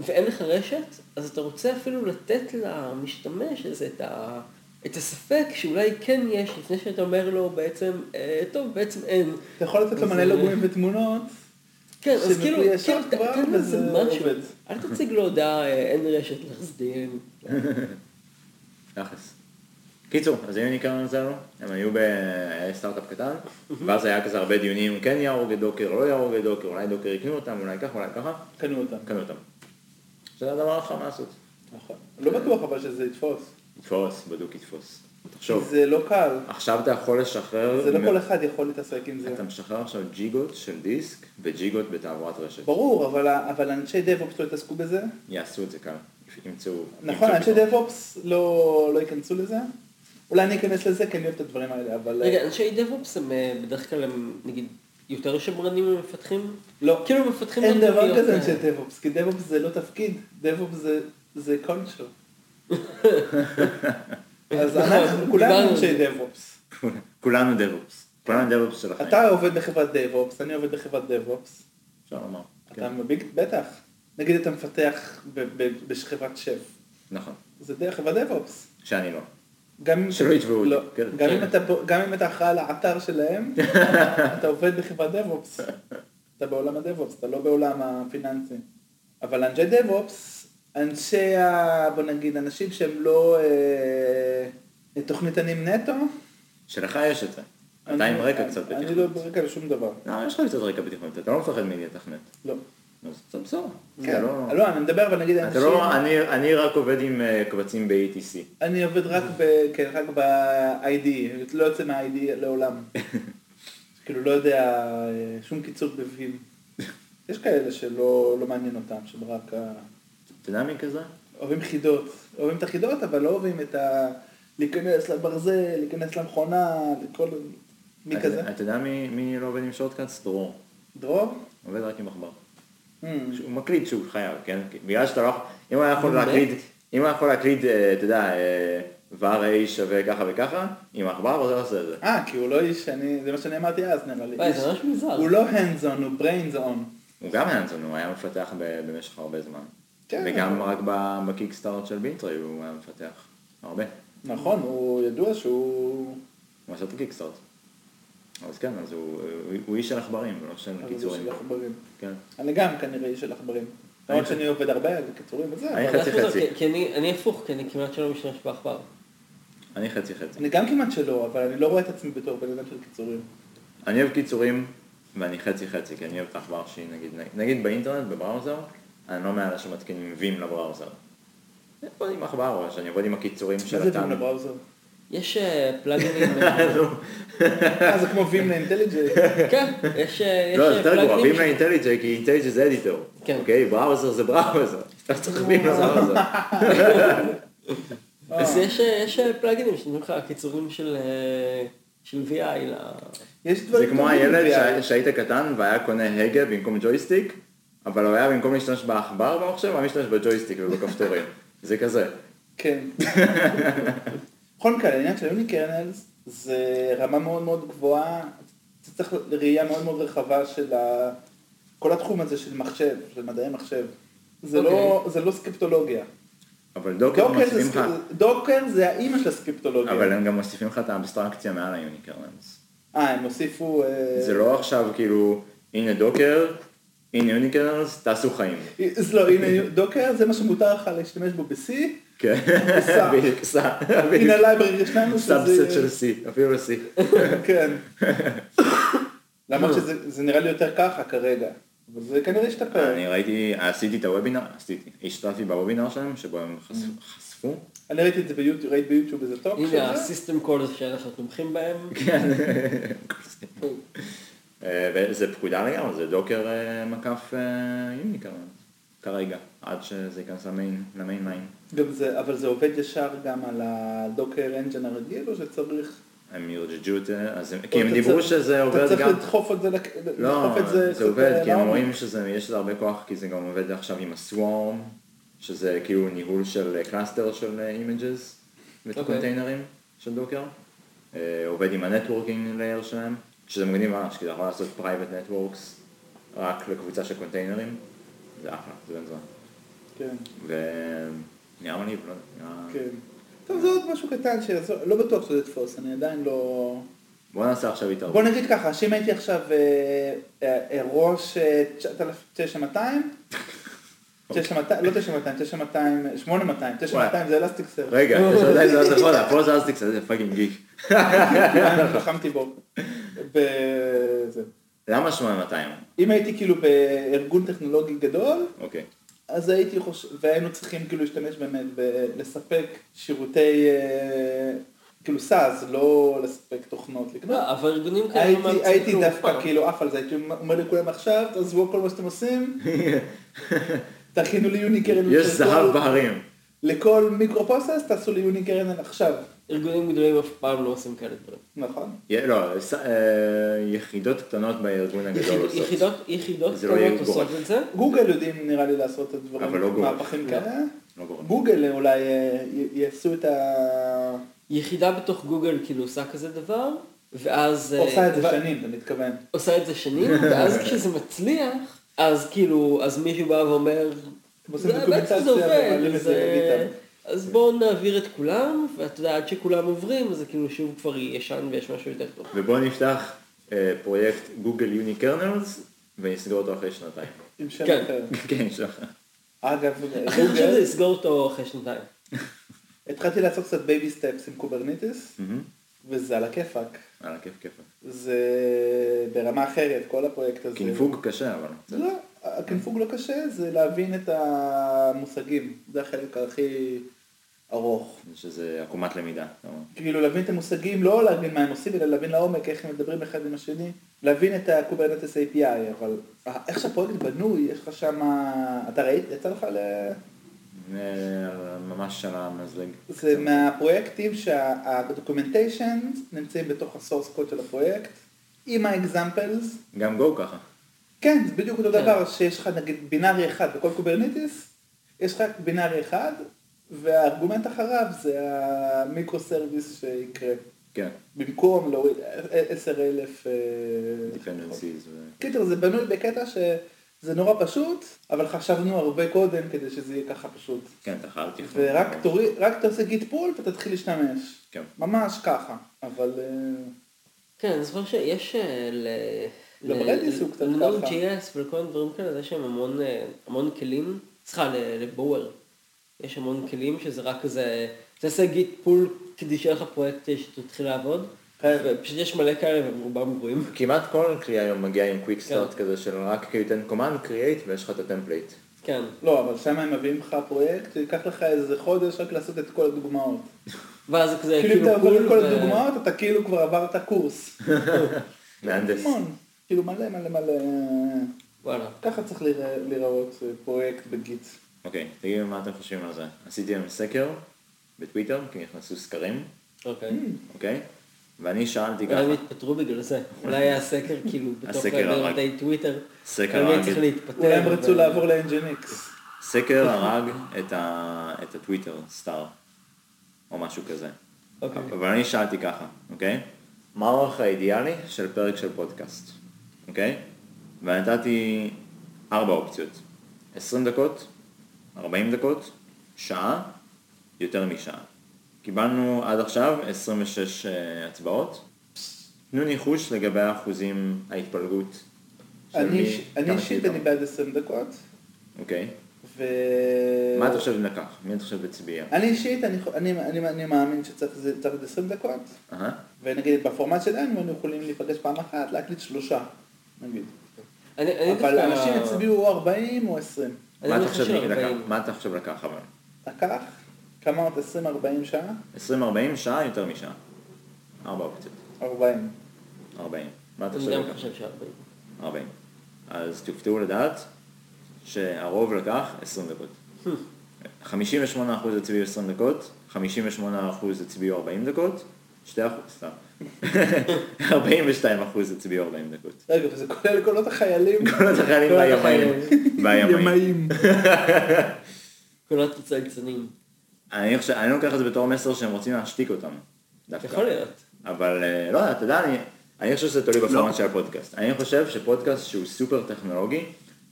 [SPEAKER 3] ואין לך רשת, אז אתה רוצה אפילו לתת למשתמש הזה את, ה, את הספק שאולי כן יש, לפני שאתה אומר לו בעצם, אה, טוב, בעצם אין.
[SPEAKER 2] אתה יכול לתת לו מלא
[SPEAKER 3] אז, אה,
[SPEAKER 2] לוגויים ותמונות.
[SPEAKER 3] כן, אז
[SPEAKER 2] שזה
[SPEAKER 3] כאילו,
[SPEAKER 2] ישר
[SPEAKER 3] כאילו, ת-
[SPEAKER 2] כבר,
[SPEAKER 3] תן לו איזה
[SPEAKER 2] וזה
[SPEAKER 3] משהו.
[SPEAKER 2] עובד.
[SPEAKER 3] אל תציג לו הודעה, אה, אין רשת, להחזדין.
[SPEAKER 4] תכלס. קיצור, אז יוניקרן עזר לו, לא? הם היו בסטארט-אפ קטן, ואז היה כזה הרבה דיונים, כן יהרוג את דוקר, לא יהרוג את דוקר, אולי דוקר יקנו אותם, אולי ככה, אולי ככה,
[SPEAKER 2] קנו אותם.
[SPEAKER 4] קנו אותם. זה הדבר האחר מה לעשות.
[SPEAKER 2] נכון.
[SPEAKER 3] כן.
[SPEAKER 2] לא בטוח אבל שזה יתפוס.
[SPEAKER 4] יתפוס, בדוק יתפוס. תחשוב,
[SPEAKER 2] זה לא קל.
[SPEAKER 4] עכשיו אתה יכול לשחרר,
[SPEAKER 2] זה לא כל אחד יכול להתעסק עם זה.
[SPEAKER 4] אה, אתה משחרר עכשיו ג'יגות של דיסק וג'יגות בתעבורת רשת.
[SPEAKER 2] ברור, אבל ה- אבל אנשי DevOps לא יתעסקו בזה.
[SPEAKER 4] יעשו את זה כאן, ימצאו.
[SPEAKER 2] נכון,
[SPEAKER 4] ימצאו
[SPEAKER 2] אנשי
[SPEAKER 4] פתרון.
[SPEAKER 2] DevOps לא, לא ייכנסו לזה. אולי אני אכנס לזה, כי אני אוהב את הדברים האלה, אבל...
[SPEAKER 3] רגע, אנשי דב-אופס הם אה, בדרך כלל, הם, נגיד, יותר שמרנים ממפתחים?
[SPEAKER 2] לא.
[SPEAKER 3] כאילו מפתחים...
[SPEAKER 2] אין
[SPEAKER 3] לא
[SPEAKER 2] דבר
[SPEAKER 3] תביעות,
[SPEAKER 2] כזה
[SPEAKER 3] אה,
[SPEAKER 2] אנשי DevOps, כי DevOps זה לא תפקיד, DevOps זה, זה קונשו. אז אנחנו,
[SPEAKER 3] דיברנו
[SPEAKER 2] כולנו
[SPEAKER 3] על
[SPEAKER 2] אנשי
[SPEAKER 3] זה.
[SPEAKER 2] DevOps.
[SPEAKER 4] כולנו דב-אופס. כולנו דב-אופס של החיים.
[SPEAKER 2] אתה עובד בחברת DevOps, אני עובד בחברת DevOps.
[SPEAKER 4] אפשר לומר.
[SPEAKER 2] אתה
[SPEAKER 4] כן.
[SPEAKER 2] מביג, בטח. נגיד אתה מפתח ב- ב- בחברת שף,
[SPEAKER 4] נכון.
[SPEAKER 2] זה דרך חברת DevOps.
[SPEAKER 4] שאני לא.
[SPEAKER 2] גם אם-
[SPEAKER 4] שלא יתבעו אותי,
[SPEAKER 2] לא.
[SPEAKER 4] כן.
[SPEAKER 2] גם אם אתה פה- גם אם אתה אחראי על האתר שלהם, אתה עובד בחברת DevOps. אתה בעולם ה-DevOps, אתה לא בעולם הפיננסי. אבל אנשי DevOps, אנשי ה... בוא נגיד, אנשים שהם לא אה, תוכניתנים נטו,
[SPEAKER 4] שלך יש את זה. אתה
[SPEAKER 2] אני-
[SPEAKER 4] עם רקע קצת כן.
[SPEAKER 2] אני- אני לא
[SPEAKER 4] בתכנות.
[SPEAKER 2] ברקע לשום דבר.
[SPEAKER 4] לא, יש לך קצת רקע בתכנות, אתה לא מפחד מלתכנת.
[SPEAKER 2] לא.
[SPEAKER 4] אז זה בסדר.
[SPEAKER 2] כן.
[SPEAKER 4] אתה לא...
[SPEAKER 2] לא, אני מדבר אבל נגיד
[SPEAKER 4] אתה
[SPEAKER 2] אנשים...
[SPEAKER 4] לא, אני, אני רק עובד עם אה, קבצים ב-ETC.
[SPEAKER 2] אני עובד רק ב... כן, רק ב-ID, לא יוצא מה-ID לעולם. כאילו, לא יודע אה, שום קיצור בווים. יש כאלה שלא לא מעניין אותם, שהם רק ה-
[SPEAKER 4] אתה יודע מי כזה?
[SPEAKER 2] אוהבים חידות. אוהבים את החידות, אבל לא אוהבים את ה... להיכנס לברזל, להיכנס למכונה, לכל... מי
[SPEAKER 4] אתה-
[SPEAKER 2] כזה?
[SPEAKER 4] אתה יודע מי, מי לא עובד עם שורטקאטס? דרור.
[SPEAKER 2] דרור?
[SPEAKER 4] עובד רק עם עכבר.
[SPEAKER 2] Hmm.
[SPEAKER 4] הוא מקליד שהוא חייב, כן? כי- בגלל שאתה לא... אם הוא היה יכול להקליד, אם הוא היה יכול להקליד, אה, אתה יודע, אה, var a שווה ככה וככה, עם עכבר, הוא לא עושה את זה.
[SPEAKER 2] אה, כי הוא לא איש, אני... זה מה שאני אמרתי אז, נראה לי.
[SPEAKER 3] וואי, זה ממש מוזר.
[SPEAKER 2] הוא לא hands on, הוא brains on.
[SPEAKER 4] הוא גם הנדזון, הוא היה מפתח ב- במשך הרבה זמן.
[SPEAKER 2] כן.
[SPEAKER 4] וגם רק ב- בקיקסטארט של בינטרי הוא היה מפתח. הרבה.
[SPEAKER 2] נכון, הוא ידוע שהוא...
[SPEAKER 4] הוא עשה את הקיקסטארט. אז כן, אז הוא, הוא, הוא איש של עכברים, ולא של
[SPEAKER 2] אבל זה
[SPEAKER 4] קיצורים.
[SPEAKER 2] של עכברים.
[SPEAKER 4] כן.
[SPEAKER 2] אני גם כנראה איש של עכברים. למרות שאני עובד הרבה על קיצורים וזה,
[SPEAKER 4] אני
[SPEAKER 2] אבל
[SPEAKER 4] חצי
[SPEAKER 3] זה מוזר,
[SPEAKER 4] חצי.
[SPEAKER 3] כי- כי אני- אני הפוך, כי אני כמעט שלא משתמש בעכבר.
[SPEAKER 4] אני חצי חצי.
[SPEAKER 2] אני גם כמעט שלא, אבל אני לא רואה את עצמי בתור בן אדם של קיצורים.
[SPEAKER 4] אני אוהב קיצורים, ואני חצי חצי, כי אני אוהב את העכבר שהיא נגיד, נגיד באינטרנט, בבראוזר, אני לא מאלה שמתקינים וים לבראוזר. אני עובד עם עכבר, או שאני עובד עם הקיצורים של
[SPEAKER 2] מה זה וים
[SPEAKER 4] הטעם.
[SPEAKER 2] לבראוזר?
[SPEAKER 3] יש אה, פלאגינים,
[SPEAKER 2] אה, זה כמו וים לאינטליג'נט.
[SPEAKER 3] כן, יש אה, יש,
[SPEAKER 4] לא,
[SPEAKER 3] אה,
[SPEAKER 4] זה יותר גרוע, וים
[SPEAKER 3] פלאגינים,
[SPEAKER 4] לאינטליג'ה, כי אינטליג'ה זה אדיטור.
[SPEAKER 3] כן.
[SPEAKER 4] אוקיי, בראוזר זה בראוזר. אתה צריך וים לבראוזר.
[SPEAKER 3] אז יש, אה, יש אה, פלאגינים שנותנים לך קיצורים של אה, של VI ל...
[SPEAKER 2] יש
[SPEAKER 4] זה
[SPEAKER 2] דברים
[SPEAKER 4] כמו
[SPEAKER 2] טובים אה,
[SPEAKER 4] הילד
[SPEAKER 2] ב-VI.
[SPEAKER 4] שה- שהיית קטן והיה קונה הגה במקום ג'ויסטיק, אבל הוא היה במקום להשתמש בעכבר במחשב, הוא היה משתמש בג'ויסטיק ובכפתורים. זה כזה.
[SPEAKER 2] כן. בכל מקרה, העניין של יוניקרנלס זה רמה מאוד מאוד גבוהה, זה צריך ראייה מאוד מאוד רחבה של ה... כל התחום הזה של מחשב, של מדעי מחשב. זה
[SPEAKER 4] אוקיי.
[SPEAKER 2] לא- זה לא סקריפטולוגיה.
[SPEAKER 4] אבל דוקר
[SPEAKER 2] דוקר זה
[SPEAKER 4] מוסיפים לך,
[SPEAKER 2] סק- דוקר זה האימא של הסקריפטולוגיה.
[SPEAKER 4] אוקיי, אבל הם גם מוסיפים לך את האבסטרקציה מעל היוניקרנס.
[SPEAKER 2] אה, הם הוסיפו... אה,
[SPEAKER 4] זה לא עכשיו כאילו, הנה דוקר, הנה יוניקרנס, תעשו חיים.
[SPEAKER 2] אז לא, הנה דוקר, זה מה שמותר לך להשתמש בו ב-C,
[SPEAKER 4] כן,
[SPEAKER 2] סע.
[SPEAKER 4] בדיוק, סע, בדיוק.
[SPEAKER 2] הנה לייברי שלנו,
[SPEAKER 4] סאבסט של C, אפילו לא C.
[SPEAKER 2] כן. למרות שזה זה נראה לי יותר ככה כרגע, אבל זה כנראה השתפר.
[SPEAKER 4] אני ראיתי, עשיתי את הוובינר, עשיתי, השתתפתי בוובינר שלהם, שבו הם
[SPEAKER 2] Mm.
[SPEAKER 4] חשפו- חשפו,
[SPEAKER 2] אני ראיתי את זה ביוטיוב, ראיתי ביוטיוב איזה טוק
[SPEAKER 3] הנה
[SPEAKER 2] של אוקיי, זה.
[SPEAKER 3] הסיסטם קולס שאנחנו תומכים בהם.
[SPEAKER 2] Mm.
[SPEAKER 4] אה, וזה פקודה לגמרי, זה דוקר אה, מקף אה, יוניקרנס, כרגע, עד שזה ייכנס למיין, למיין מיין.
[SPEAKER 2] גם זה, אבל זה עובד ישר גם על הדוקר אנג'ן הרגיל, או שצריך...
[SPEAKER 4] הם ירג'ג'ו את זה, אז הם- כי הם
[SPEAKER 2] אתה
[SPEAKER 4] דיברו
[SPEAKER 2] צריך-
[SPEAKER 4] שזה
[SPEAKER 2] אתה
[SPEAKER 4] עובד
[SPEAKER 2] צריך
[SPEAKER 4] גם...
[SPEAKER 2] לדחוף את זה, לק-
[SPEAKER 4] לא,
[SPEAKER 2] לדחוף את זה לא
[SPEAKER 4] זה
[SPEAKER 2] קצת
[SPEAKER 4] עובד, כי הם
[SPEAKER 2] לעומק.
[SPEAKER 4] רואים שזה, יש לזה הרבה כוח, כי זה גם עובד עכשיו עם הסווארם, שזה כאילו ניהול של אה, קלאסטר של אימג'ס,
[SPEAKER 3] אוקיי.
[SPEAKER 4] וקונטיינרים של דוקר. אה, עובד עם הנטוורקינג לייר שלהם, שזה מגניב ממש, כי אתה יכול לעשות פרייבט נטוורקס רק לקבוצה של קונטיינרים, זה אחלה, זה בן זמן.
[SPEAKER 2] כן.
[SPEAKER 4] ונראה מניב, לא יודע. נראה-
[SPEAKER 2] כן. טוב, זה עוד משהו קטן שיעזור, לא בטוח שזה יתפוס, אני עדיין לא...
[SPEAKER 4] בוא נעשה עכשיו התערבות.
[SPEAKER 2] בוא נגיד ככה, שאם הייתי עכשיו אה, אה, אה, ראש אה, 9200, 9200, לא 9200, 9200, 8200, 9200 זה אלסטיק סרט,
[SPEAKER 4] רגע, יש עוד איזה עוד נכון, פה זה אסטיקס, זה פאקינג גיק.
[SPEAKER 2] נלחמתי בו. ב- זה.
[SPEAKER 4] למה 8200?
[SPEAKER 2] אם הייתי כאילו בארגון טכנולוגי גדול,
[SPEAKER 4] אוקיי.
[SPEAKER 2] אז הייתי חושב, והיינו צריכים כאילו להשתמש באמת, ב- לספק שירותי, אה, כאילו סאס, לא לספק תוכנות לקנות.
[SPEAKER 3] לא, אבל ארגונים כאלה לא
[SPEAKER 2] הייתי,
[SPEAKER 3] מאמצים
[SPEAKER 2] הייתי
[SPEAKER 3] כלום אף
[SPEAKER 2] דווקא
[SPEAKER 3] פעם.
[SPEAKER 2] כאילו עף על זה, הייתי אומר לכולם עכשיו, תעזבו כל מה שאתם עושים, תכינו לי יוניקרן,
[SPEAKER 4] יש
[SPEAKER 2] של
[SPEAKER 4] זהב
[SPEAKER 2] כל-
[SPEAKER 4] בהרים.
[SPEAKER 2] לכל מיקרופרוסס תעשו לי יוניקרן עכשיו,
[SPEAKER 3] ארגונים גדולים אף פעם לא עושים כאלה דברים.
[SPEAKER 2] נכון?
[SPEAKER 4] יה- לא, ס- אה, יחידות קטנות בארגון הגדול
[SPEAKER 3] יחיד-
[SPEAKER 4] עושות.
[SPEAKER 3] יחידות יחידות
[SPEAKER 4] זה לא יהיה
[SPEAKER 3] קטנות עושות
[SPEAKER 4] גורף.
[SPEAKER 3] את זה.
[SPEAKER 2] גוגל יודעים נראה לי לעשות את הדברים,
[SPEAKER 4] אבל לא גורף.
[SPEAKER 2] מהפכים כאלה,
[SPEAKER 4] לא גורם.
[SPEAKER 2] גוגל אולי אה, י- יעשו את ה...
[SPEAKER 3] יחידה בתוך גוגל כאילו עושה כזה דבר, ואז... אה,
[SPEAKER 2] עושה את זה
[SPEAKER 3] ו-
[SPEAKER 2] שנים, אתה מתכוון.
[SPEAKER 3] עושה את זה שנים, ואז כשזה מצליח, אז כאילו, אז מישהו בא ואומר,
[SPEAKER 2] עושים
[SPEAKER 3] "זה-
[SPEAKER 2] דוקומנטציה
[SPEAKER 3] בעצם זה עובד,
[SPEAKER 2] ומעלים את זה
[SPEAKER 3] זה-
[SPEAKER 2] לדיגיטל."
[SPEAKER 3] אז בואו נעביר את כולם, ואתה יודע, עד שכולם עוברים, אז זה כאילו שוב כבר ישן ויש משהו יותר טוב.
[SPEAKER 4] ובואו נפתח אה, פרויקט גוגל יוניקרנלס ונסגור אותו אחרי שנתיים.
[SPEAKER 2] עם שם
[SPEAKER 3] כן.
[SPEAKER 2] אחר.
[SPEAKER 4] כן, שלך.
[SPEAKER 2] אגב, אה,
[SPEAKER 3] הכי חשוב זה
[SPEAKER 2] גוגל,
[SPEAKER 3] לסגור אותו אחרי שנתיים.
[SPEAKER 2] התחלתי לעשות קצת בייבי סטפס עם קוברניטיס, וזה על הכיפאק.
[SPEAKER 4] על הכיף כיפאק.
[SPEAKER 2] זה ברמה אחרת, כל הפרויקט הזה.
[SPEAKER 4] קינפוג קשה, אבל... בסדר.
[SPEAKER 2] לא, הקינפוג לא קשה, זה להבין את המושגים. זה החלק הכי ארוך.
[SPEAKER 4] יש איזה עקומת למידה. אתה אומר.
[SPEAKER 2] כאילו להבין את המושגים, לא להבין מה הם עושים, אלא להבין לעומק איך הם מדברים אחד עם השני, להבין את הקוברנטס API, אבל איך שהפרויקט בנוי, יש לך שם... אתה ראית? יצא לך ל...
[SPEAKER 4] אה, ממש על המזלג.
[SPEAKER 2] זה מהפרויקטים שהדוקומנטיישן נמצאים בתוך הסורס קוד של הפרויקט, עם האקזמפלס,
[SPEAKER 4] גם גו ככה.
[SPEAKER 2] כן, זה בדיוק אותו דבר שיש לך נגיד בינארי אחד בכל קוברנטיס, יש לך בינארי אחד, והארגומנט אחריו זה המיקרו סרוויס שיקרה.
[SPEAKER 4] כן.
[SPEAKER 2] במקום להוריד עשר אלף... אה,
[SPEAKER 4] אוקיי. דיפנדנסיז.
[SPEAKER 2] קיצר, זה בנוי בקטע שזה נורא פשוט, אבל חשבנו הרבה קודם כדי שזה יהיה ככה פשוט.
[SPEAKER 4] כן, אתה חייב תכנון.
[SPEAKER 2] ורק תוריד, רק תעשה גיט פול ותתחיל להשתמש.
[SPEAKER 4] כן.
[SPEAKER 2] ממש ככה, אבל... אה,
[SPEAKER 3] כן, אני זוכר שיש אה, ל...
[SPEAKER 2] גם רדיס הוא קצת ככה.
[SPEAKER 3] ל-Node.js ולכל מיני דברים כאלה, אז יש שם המון, אה, המון כלים, סליחה, ל- לבואר. יש המון כלים שזה רק כזה, תעשה גיט פול כדי שיהיה לך פרויקט אה, שתתחיל לעבוד.
[SPEAKER 2] כן.
[SPEAKER 3] פשוט יש מלא כאלה והם רובם גרועים.
[SPEAKER 4] כמעט כל כלי היום מגיע עם
[SPEAKER 3] כן.
[SPEAKER 4] קוויק סטארט כזה של רק כאילו תן command create ויש לך את הטמפלייט.
[SPEAKER 3] כן.
[SPEAKER 2] לא, אבל שם הם מביאים לך פרויקט, ייקח לך איזה חודש רק לעשות את כל הדוגמאות.
[SPEAKER 3] ואז זה כזה
[SPEAKER 2] כאילו אם אתה עובר
[SPEAKER 3] פול
[SPEAKER 2] את כל
[SPEAKER 3] ו-
[SPEAKER 2] הדוגמאות, אתה כאילו כבר עברת קורס.
[SPEAKER 4] מהנדס.
[SPEAKER 2] המון. כאילו מלא מלא מלא...
[SPEAKER 3] וואלה.
[SPEAKER 2] ככה צריך להירא- להיראות אה, פרויקט בגיט.
[SPEAKER 4] אוקיי, תגידו מה אתם חושבים על זה. עשיתי היום סקר בטוויטר, כי נכנסו סקרים,
[SPEAKER 3] אוקיי.
[SPEAKER 2] Mm.
[SPEAKER 4] אוקיי? ואני שאלתי
[SPEAKER 3] אולי הם
[SPEAKER 4] ככה,
[SPEAKER 3] התפטרו בגלל זה. אולי היה סקר כאילו בתוך
[SPEAKER 4] הסקר הרג.
[SPEAKER 3] די טוויטר.
[SPEAKER 4] סקר
[SPEAKER 3] אולי
[SPEAKER 4] הרג.
[SPEAKER 3] צריך להתפטר.
[SPEAKER 2] אולי הם רצו
[SPEAKER 3] ו-
[SPEAKER 2] לעבור לאנג'ניקס.
[SPEAKER 4] סקר הרג את ה- את הטוויטר סטאר, או משהו כזה.
[SPEAKER 3] אוקיי.
[SPEAKER 4] אבל אני שאלתי ככה, אוקיי? מה האורך האידיאלי של פרק של פודקאסט, אוקיי? ונתתי ארבע אופציות. 20 דקות, 40 דקות, שעה, יותר משעה. קיבלנו עד עכשיו 26 אה, הצבעות. תנו ניחוש לגבי האחוזים, ההתפלגות. של
[SPEAKER 2] אני
[SPEAKER 4] מי-
[SPEAKER 2] איש-
[SPEAKER 4] כמה
[SPEAKER 2] אני אישית
[SPEAKER 4] שקיבלנו.
[SPEAKER 2] אני בעד 20 דקות,
[SPEAKER 4] אוקיי.
[SPEAKER 2] ו...
[SPEAKER 4] מה אתה חושב לקח? מי אתה חושב הצביע?
[SPEAKER 2] אני אישית, אני חו- אני- אני- אני מאמין שצריך זה- צריך עוד 20 דקות,
[SPEAKER 4] אהה.
[SPEAKER 2] ונגיד בפורמט שלנו היינו יכולים להיפגש פעם אחת, להקליט שלושה, נגיד.
[SPEAKER 3] אני- אני
[SPEAKER 2] אבל
[SPEAKER 3] דווקא-
[SPEAKER 2] אנשים הצביעו או 40 או 20.
[SPEAKER 3] אני לא
[SPEAKER 4] מה אתה
[SPEAKER 3] דווקא
[SPEAKER 4] חושב
[SPEAKER 3] של
[SPEAKER 4] לקח?
[SPEAKER 3] 40.
[SPEAKER 4] מה אתה חושב לקח אבל?
[SPEAKER 2] לקח כמה עוד 20-40 שעה?
[SPEAKER 4] 20-40 שעה, יותר משעה. ארבע אופציות.
[SPEAKER 2] 40.
[SPEAKER 4] 40. מה אתה
[SPEAKER 3] אני גם
[SPEAKER 4] חושב לקח?
[SPEAKER 3] חושב שארבעים.
[SPEAKER 4] 40. אז תופתעו לדעת שהרוב לקח 20 דקות.
[SPEAKER 3] Hmm.
[SPEAKER 4] 58% הצביעו 20 דקות, 58% הצביעו 40 דקות, 2%, סתם. 42% הצביעו 40 דקות.
[SPEAKER 2] רגע, וזה לא, כולל כל עוד החיילים?
[SPEAKER 4] כל החיילים
[SPEAKER 2] כל
[SPEAKER 4] והימאים. והימאים.
[SPEAKER 3] קולות מצייצנים.
[SPEAKER 4] אני חושב, אני לוקח את זה בתור מסר שהם רוצים להשתיק אותם. דווקא.
[SPEAKER 3] יכול להיות.
[SPEAKER 4] אבל אה, לא יודע, אתה יודע, אני, אני חושב שזה תלוי בפורמט של הפודקאסט. אני חושב שפודקאסט שהוא סופר טכנולוגי,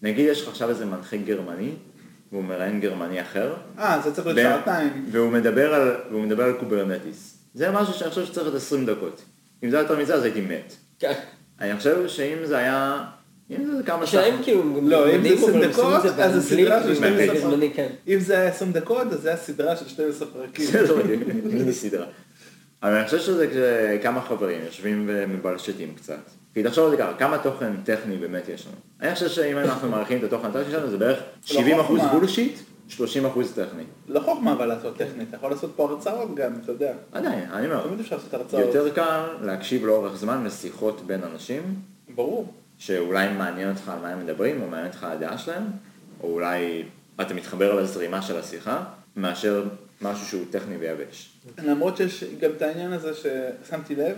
[SPEAKER 4] נגיד יש לך עכשיו איזה מנחה גרמני, והוא מראיין גרמני אחר,
[SPEAKER 2] אה, זה
[SPEAKER 3] לא,
[SPEAKER 2] צריך להיות
[SPEAKER 4] ו-
[SPEAKER 2] שעתיים.
[SPEAKER 4] והוא מדבר על, והוא מדבר על קוברנטיס. זה משהו שאני חושב שצריך את 20 דקות. אם זה היה יותר מזה אז הייתי מת.
[SPEAKER 3] כן.
[SPEAKER 4] אני חושב שאם זה היה, אם זה כמה
[SPEAKER 3] השאלה אם כאילו הם גם
[SPEAKER 2] לא, אם זה
[SPEAKER 3] מדהים, אבל הם עושים
[SPEAKER 2] 20
[SPEAKER 3] את
[SPEAKER 2] דקות, אז זה
[SPEAKER 3] באנגלית,
[SPEAKER 2] סדרה של
[SPEAKER 3] כאילו,
[SPEAKER 4] באנגלית.
[SPEAKER 2] 12
[SPEAKER 3] בזמני,
[SPEAKER 2] פרקים.
[SPEAKER 3] כן.
[SPEAKER 2] אם זה היה 20 דקות, אז זה היה סדרה של 12 פרקים.
[SPEAKER 4] בסדר, מיני סדרה. אבל אני חושב שזה כשכמה חברים יושבים ומבלשתים קצת. כי תחשוב על זה ככה, כמה תוכן טכני באמת יש לנו. אני חושב שאם אנחנו מעריכים את התוכן הטכני שלנו, זה בערך 70%
[SPEAKER 2] לא חוכמה.
[SPEAKER 4] בולשיט, 30% טכני.
[SPEAKER 2] לא חוכמה אבל לעשות טכנית, אתה יכול לעשות פה הרצאות גם, אתה יודע.
[SPEAKER 4] עדיין, אני אומר,
[SPEAKER 2] תמיד אפשר לעשות הרצאות.
[SPEAKER 4] יותר קל להקשיב לאורך זמן לשיחות בין אנשים,
[SPEAKER 2] ברור.
[SPEAKER 4] שאולי מעניין אותך על מה הם מדברים, או מעניין אותך הדעה שלהם, או אולי אתה מתחבר לזרימה של השיחה, מאשר משהו שהוא טכני ויבש.
[SPEAKER 2] למרות שיש גם את העניין הזה ששמתי לב,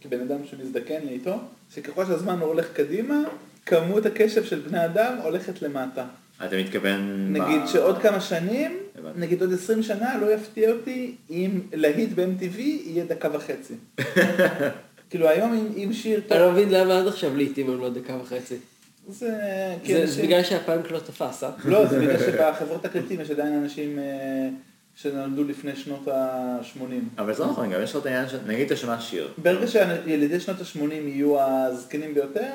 [SPEAKER 2] כבן אדם שמזדקן לאיתו, שככל שהזמן הולך קדימה, כמות הקשב של בני אדם הולכת למטה.
[SPEAKER 4] אתה מתכוון...
[SPEAKER 2] נגיד
[SPEAKER 4] ב-
[SPEAKER 2] שעוד כמה שנים,
[SPEAKER 4] הבנתי.
[SPEAKER 2] נגיד עוד 20 שנה, לא יפתיע אותי אם להיט ב-MTV יהיה דקה וחצי. כאילו היום אם- אם שיר
[SPEAKER 3] אני לא
[SPEAKER 2] טוב,
[SPEAKER 3] מבין למה עד עכשיו לעיתים הם לא דקה וחצי.
[SPEAKER 2] זה... כי
[SPEAKER 3] זה- זה
[SPEAKER 2] אנשים-
[SPEAKER 3] בגלל שהפאנק לא תפס, אה?
[SPEAKER 2] לא, זה בגלל שבחברות תקליטים יש עדיין אנשים אה, שנולדו לפני שנות ה-80.
[SPEAKER 4] אבל זה לא נכון, גם יש לך את העניין של, נגיד אתה שומע שיר,
[SPEAKER 2] ברגע שילידי שנות ה-80 יהיו הזקנים ביותר,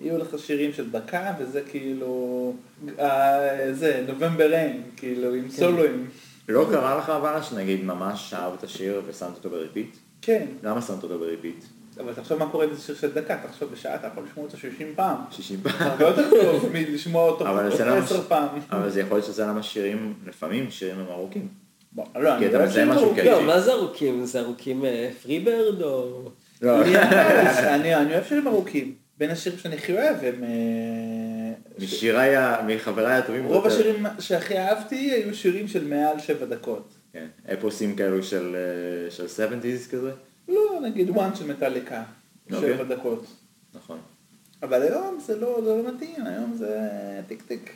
[SPEAKER 2] יהיו לך שירים של דקה, וזה כאילו... אה, זה, נובמבר אין,
[SPEAKER 3] כן.
[SPEAKER 2] כאילו, עם סולואים.
[SPEAKER 4] לא קרה לך אבל שנגיד ממש אהבת שיר ושמת אותו ברפיט?
[SPEAKER 2] כן,
[SPEAKER 4] למה שמת אותו בריפיט?
[SPEAKER 2] אבל תחשוב מה קורה עם זה שיר של דקה, תחשוב בשעה אתה יכול לשמוע אותו 60 פעם.
[SPEAKER 4] 60 פעם.
[SPEAKER 2] הרבה יותר טוב מלשמוע אותו
[SPEAKER 4] אבל זה
[SPEAKER 2] 10 פעם.
[SPEAKER 4] למה, אבל זה יכול להיות שזה למה שירים, לפעמים שירים הם ארוכים.
[SPEAKER 2] בוא, לא, אני
[SPEAKER 4] אתה
[SPEAKER 2] לא
[SPEAKER 4] מזהה
[SPEAKER 2] יודע
[SPEAKER 4] משהו
[SPEAKER 2] שהוא-
[SPEAKER 4] כן.
[SPEAKER 3] לא, מה זה ארוכים? זה ארוכים אה, פריברד או...
[SPEAKER 4] לא,
[SPEAKER 2] אני- אני אני אוהב שירים ארוכים. בין השירים שאני הכי אוהב הם... אה, ש-
[SPEAKER 4] משיריי, ה- מחבריי הטובים
[SPEAKER 2] רוב השירים שהכי אהבתי היו שירים של מעל 7 דקות.
[SPEAKER 4] כן, אפוסים כאלו של אה, של 70's כזה.
[SPEAKER 2] לא, נגיד וואן של מטאליקה, 7
[SPEAKER 4] אוקיי.
[SPEAKER 2] דקות.
[SPEAKER 4] נכון.
[SPEAKER 2] אבל היום זה לא, זה לא מתאים, היום זה טיק טיק.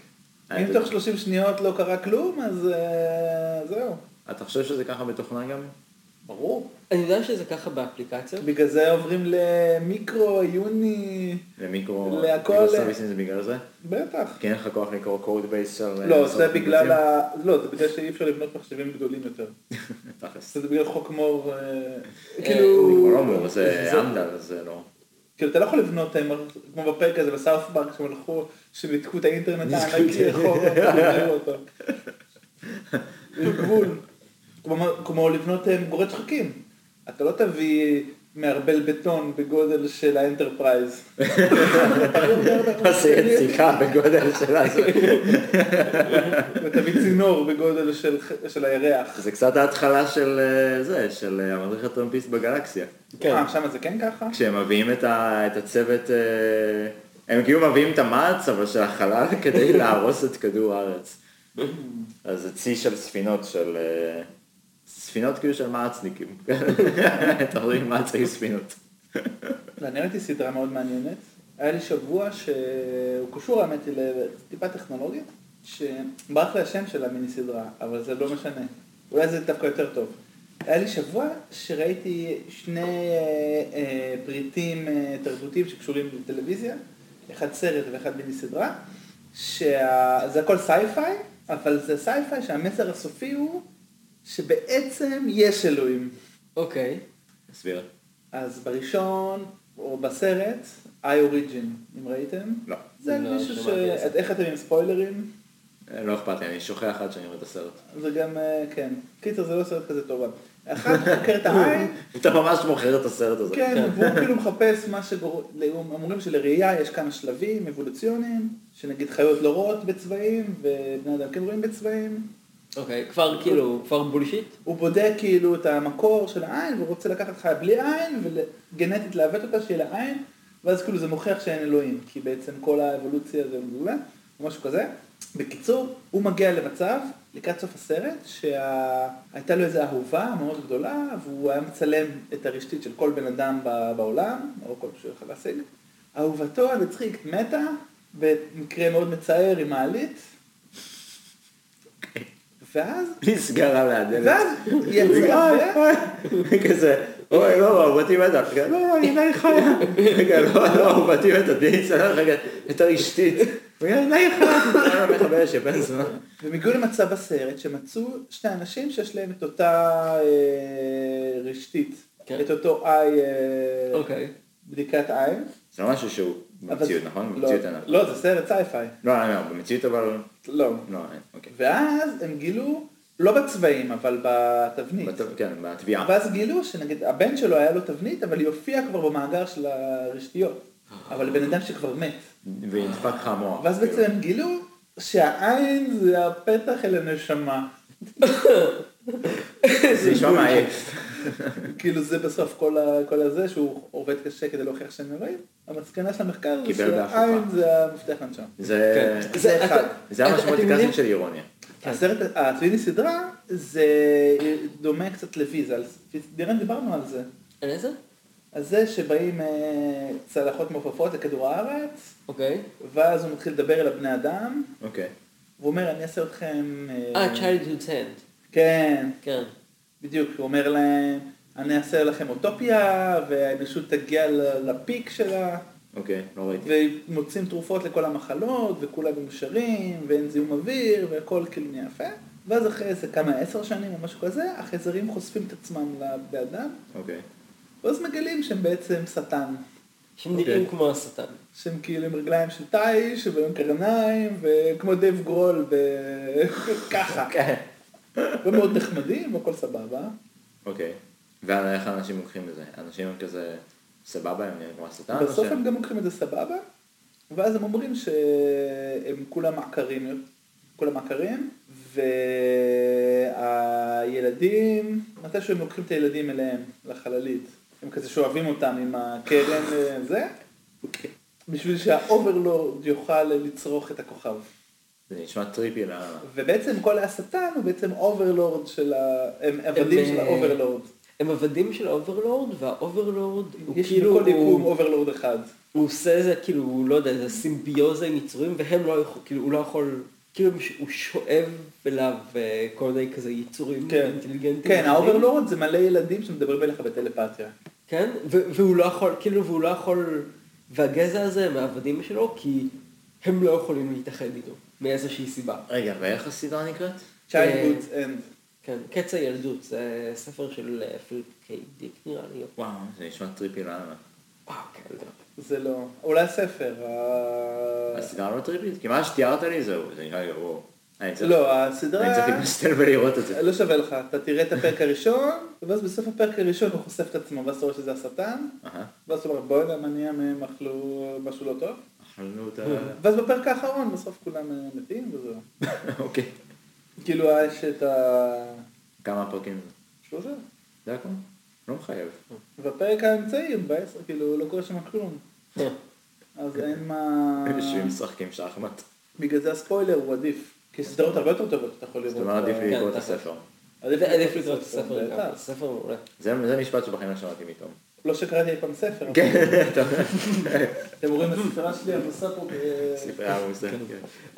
[SPEAKER 4] אה,
[SPEAKER 2] אם
[SPEAKER 4] אתה-
[SPEAKER 2] תוך 30 שניות לא קרה כלום, אז אה, זהו.
[SPEAKER 4] אתה חושב שזה ככה בתוכנה גם?
[SPEAKER 2] ברור.
[SPEAKER 3] אני יודע שזה ככה באפליקציות.
[SPEAKER 2] בגלל זה עוברים למיקרו, יוני,
[SPEAKER 4] למיקרו...
[SPEAKER 2] להכל-
[SPEAKER 4] מיקרו סרוויסים זה בגלל זה?
[SPEAKER 2] בטח.
[SPEAKER 4] כי אין לך כוח לקרוא קוד בייס של... אה,
[SPEAKER 2] לא,
[SPEAKER 4] של
[SPEAKER 2] זה בגלל
[SPEAKER 4] קיבוצים?
[SPEAKER 2] ה... לא, זה בגלל שאי אפשר לבנות מחשבים גדולים יותר.
[SPEAKER 4] תכלס.
[SPEAKER 2] זה בגלל חוק מור, אה,
[SPEAKER 4] זה כבר לא
[SPEAKER 2] כאילו...
[SPEAKER 4] מור, זה
[SPEAKER 2] זה-
[SPEAKER 4] אמדל, זה לא.
[SPEAKER 2] כאילו, אתה לא יכול לבנות אה, מר- כמו בפרק הזה בסאוף פארק, שהם הלכו, שניתקו את האינטרנט הענקי אחורה, והעבירו אותו. זה גבול. כמו- כמו לבנות אה, מגורי שחקים. אתה לא תביא מערבל בטון בגודל של האנטרפרייז.
[SPEAKER 4] עושה יציקה בגודל שלה. זה-
[SPEAKER 2] ותביא צינור בגודל של, של הירח.
[SPEAKER 4] זה קצת ההתחלה של אה, זה, של אה, המדריך הטרמפיסט בגלקסיה.
[SPEAKER 3] כן.
[SPEAKER 2] אה, שם זה כן ככה?
[SPEAKER 4] כשהם מביאים את ה- את הצוות, אה, הם כאילו מביאים את המעץ, אבל של החלל, כדי להרוס את כדור הארץ. אז זה צי של ספינות, של... אה, ספינות כאילו של מעצניקים. אתה רואה מעץ היו ספינות.
[SPEAKER 2] לא, אני ראיתי סדרה מאוד מעניינת. היה לי שבוע שהוא קשור האמת היא לטיפה טכנולוגית, שברח לי השם של המיני סדרה, אבל זה לא משנה. אולי זה דווקא יותר טוב. היה לי שבוע שראיתי שני אה, אה, פריטים אה, תרבותיים שקשורים לטלוויזיה, אחד סרט ואחד מיני סדרה, שזה הכל סייפיי, אבל זה סייפיי שהמסר הסופי הוא שבעצם יש אלוהים.
[SPEAKER 3] אוקיי.
[SPEAKER 4] סביר.
[SPEAKER 2] אז בראשון, או בסרט, I Origin, אם ראיתם?
[SPEAKER 4] לא.
[SPEAKER 2] זה
[SPEAKER 3] לא,
[SPEAKER 2] מישהו ש...
[SPEAKER 3] שמעתי על זה.
[SPEAKER 2] את- איך אתם עם ספוילרים?
[SPEAKER 4] אה, לא אכפת לי, אני שוכח עד שאני רואה את הסרט.
[SPEAKER 2] זה גם, אה, כן. קיצר, זה לא סרט כזה טוב. אבל. אחד חוקר את העין,
[SPEAKER 4] אתה ממש מוכר את הסרט הזה.
[SPEAKER 2] אה, כן, והוא כאילו מחפש מה שגור... אומרים שלראייה יש כמה שלבים אבולוציוניים, שנגיד חיות לא רואות בצבעים, ובני אדם כן רואים בצבעים.
[SPEAKER 3] אוקיי, כבר כאילו, כבר בולשיט?
[SPEAKER 2] הוא בודק כאילו את המקור של העין, והוא רוצה לקחת חיה בלי עין, וגנטית לעוות אותה שיהיה לה עין, ואז כאילו זה מוכיח שאין אלוהים, כי בעצם כל האבולוציה זה מבולה, או משהו כזה. בקיצור, הוא מגיע למצב, לקראת סוף הסרט, שהייתה לו איזו אהובה מאוד גדולה, והוא היה מצלם את הרשתית של כל בן אדם ב- בעולם, או כל שהוא יכול להשיג. אהובתו הנצחית מתה, במקרה מאוד מצער עם מעלית, ואז...
[SPEAKER 4] נסגר על הדלת.
[SPEAKER 2] ואז יצאה...
[SPEAKER 4] כזה, אוי לא, אהובתי מתה. רגע, לא, לא, הנה היא חיה. רגע, לא, לא, אהובתי מתה, תני לי צלם, רגע, יותר אשתית. רגע, הנה היא חיה. המחבל שבן זמן.
[SPEAKER 2] והם הגיעו למצב בסרט שמצאו שני אנשים שיש להם את אותה אה, רשתית,
[SPEAKER 3] כן.
[SPEAKER 2] את אותו איי, אה,
[SPEAKER 3] אוקיי.
[SPEAKER 2] בדיקת עין.
[SPEAKER 4] זה לא משהו שהוא
[SPEAKER 2] אבל-
[SPEAKER 4] במציאות, נכון?
[SPEAKER 2] לא,
[SPEAKER 4] במציאות אין.
[SPEAKER 2] לא, זה סרט סייפיי.
[SPEAKER 4] לא, אני אומר, במציאות אבל...
[SPEAKER 2] לא.
[SPEAKER 4] לא, אין, אוקיי.
[SPEAKER 2] ואז הם גילו, לא בצבעים, אבל בתבנית.
[SPEAKER 4] בטוב, כן, בתביעה.
[SPEAKER 2] ואז גילו שנגיד הבן שלו היה לו תבנית, אבל היא הופיעה כבר במאגר של הרשתיות. אבל בן אדם שכבר מת.
[SPEAKER 4] ונדפק לך המוח.
[SPEAKER 2] ואז בעצם הם גילו שהעין זה הפתח אל הנשמה.
[SPEAKER 4] זה נשמע מעייף.
[SPEAKER 2] כאילו זה בסוף כל, ה, כל הזה שהוא עובד קשה כדי להוכיח שהם אלוהים, המסקנה של המחקר זה
[SPEAKER 4] קיבל בהפוכה.
[SPEAKER 2] שהעין זה המפתח לנשם.
[SPEAKER 4] זה...
[SPEAKER 3] כן.
[SPEAKER 2] אה, זה אחד.
[SPEAKER 3] אתה-
[SPEAKER 4] זה המשמעות
[SPEAKER 3] אתם יודעים-
[SPEAKER 4] הקלאסית של אירוניה.
[SPEAKER 2] הסרט, הטוויני סדרה זה דומה קצת לויזלס, נראה לי דיברנו על זה.
[SPEAKER 3] על איזה?
[SPEAKER 2] על זה שבאים אה, צלחות מעופפות לכדור הארץ,
[SPEAKER 3] אוקיי.
[SPEAKER 2] ואז הוא מתחיל לדבר אל הבני אדם,
[SPEAKER 4] אוקיי.
[SPEAKER 2] והוא אומר אני אעשה אתכם...
[SPEAKER 3] אה, childhood's end.
[SPEAKER 2] כן,
[SPEAKER 3] כן.
[SPEAKER 2] בדיוק, הוא אומר להם, אני אעשה לכם אוטופיה, והאנושות תגיע ל- לפיק שלה.
[SPEAKER 4] אוקיי, לא ראיתי.
[SPEAKER 2] ומוצאים תרופות לכל המחלות, וכולם מאושרים, ואין זיהום אוויר, והכל כאילו נהיה יפה. ואז אחרי איזה כמה עשר שנים או משהו כזה, החייזרים חושפים את עצמם לבני אדם,
[SPEAKER 4] אוקיי.
[SPEAKER 2] ואז מגלים שהם בעצם שטן.
[SPEAKER 3] שהם נראים
[SPEAKER 4] אוקיי.
[SPEAKER 3] כמו השטן.
[SPEAKER 2] שהם כאילו עם רגליים של טייש, ועם קרניים, וכמו דייב גרול, וככה.
[SPEAKER 4] כן.
[SPEAKER 2] ומאוד נחמדים, והכל סבבה.
[SPEAKER 4] אוקיי. ועל איך אנשים לוקחים את זה. אנשים הם כזה, סבבה, הם נראים כמו השטן,
[SPEAKER 3] אה, לא
[SPEAKER 4] או
[SPEAKER 2] בסוף
[SPEAKER 4] שהם-
[SPEAKER 2] הם גם לוקחים את זה סבבה, ואז הם אומרים שהם כולם עקרים, כולם עקרים, והילדים, מתי שהם לוקחים את הילדים אליהם, לחללית, הם כזה שואבים אותם עם הקרן וזה, אוקיי. בשביל שהאוברלורד יוכל לצרוך את הכוכב.
[SPEAKER 4] זה נשמע טריפי לאללה.
[SPEAKER 2] ובעצם כל השטן הוא בעצם אוברלורד של ה... הם עבדים של
[SPEAKER 3] אה,
[SPEAKER 2] האוברלורד.
[SPEAKER 3] הם עבדים של האוברלורד, והאוברלורד הוא
[SPEAKER 2] יש
[SPEAKER 3] כאילו,
[SPEAKER 2] בכל יקום
[SPEAKER 3] הוא,
[SPEAKER 2] אוברלורד אחד.
[SPEAKER 3] הוא עושה איזה כאילו, הוא לא יודע, איזה סימביוזה עם יצורים, והם לא יכול, כאילו, הוא לא יכול, כאילו הוא שואב אליו אה, כל מיני כזה יצורים
[SPEAKER 2] כן,
[SPEAKER 3] אינטליגנטים.
[SPEAKER 2] כן,
[SPEAKER 3] אחרים.
[SPEAKER 2] האוברלורד זה מלא ילדים שמדברים אליך בטלפתיה.
[SPEAKER 3] כן, ו- והוא לא יכול, כאילו, והוא לא יכול, והגזע הזה הם העבדים שלו, כי הם לא יכולים להתאחד איתו, מאיזושהי סיבה.
[SPEAKER 4] רגע, ואיך הסדרה נקראת?
[SPEAKER 2] Childhood's
[SPEAKER 4] אה,
[SPEAKER 2] End.
[SPEAKER 3] כן, קץ הילדות, זה ספר של אה, פיליפ קיי דיק נראה לי.
[SPEAKER 4] וואו, זה נשמע טריפי לאללה.
[SPEAKER 3] וואו, כן, גם.
[SPEAKER 2] זה לא. אולי הספר. ה-
[SPEAKER 4] הסדרה לא טריפית? כי מה שתיארת לי זהו, זה נראה גרוע. אני צריך-
[SPEAKER 2] לא,
[SPEAKER 4] אני
[SPEAKER 2] הסדרה...
[SPEAKER 4] צריך להסתכל ולראות את זה.
[SPEAKER 2] לא שווה לך. אתה תראה את הפרק הראשון, ואז בסוף הפרק הראשון הוא חושף את עצמו, ואז אתה רואה שזה השטן,
[SPEAKER 4] אהה.
[SPEAKER 2] ואז הוא אומר בואנה מניע מהם אכלו משהו לא טוב,
[SPEAKER 4] אכלנו אותה.
[SPEAKER 2] ואז בפרק האחרון בסוף כולם אה, מתים וזהו.
[SPEAKER 4] אוקיי.
[SPEAKER 2] כאילו יש את השלושה,
[SPEAKER 4] כמה פרקים זה? זה הכל? לא מחייב.
[SPEAKER 2] והפרק האמצעי הם בעשר, כאילו לא קורה שם כלום.
[SPEAKER 4] כן.
[SPEAKER 2] אז אין מה...
[SPEAKER 4] הם יושבים משחקים שחמט.
[SPEAKER 2] בגלל זה הספוילר הוא עדיף. כי סדרות הרבה יותר טובות אתה יכול לראות.
[SPEAKER 4] זאת אומרת, עדיף לי
[SPEAKER 3] כן,
[SPEAKER 4] לקרוא את
[SPEAKER 3] תכף.
[SPEAKER 4] הספר.
[SPEAKER 2] עדיף
[SPEAKER 3] עדיף לקרוא את הספר
[SPEAKER 2] בטח.
[SPEAKER 3] גם, ספר מעולה.
[SPEAKER 4] זה זה משפט שבחיים לא שמעתי פתאום.
[SPEAKER 2] לא שקראתי אי פעם ספר. אבל
[SPEAKER 4] כן, טוב.
[SPEAKER 2] אתם רואים את הספרה שלי עמוסה פה
[SPEAKER 3] אה,
[SPEAKER 2] ב-
[SPEAKER 4] ספרי עמוס. כן.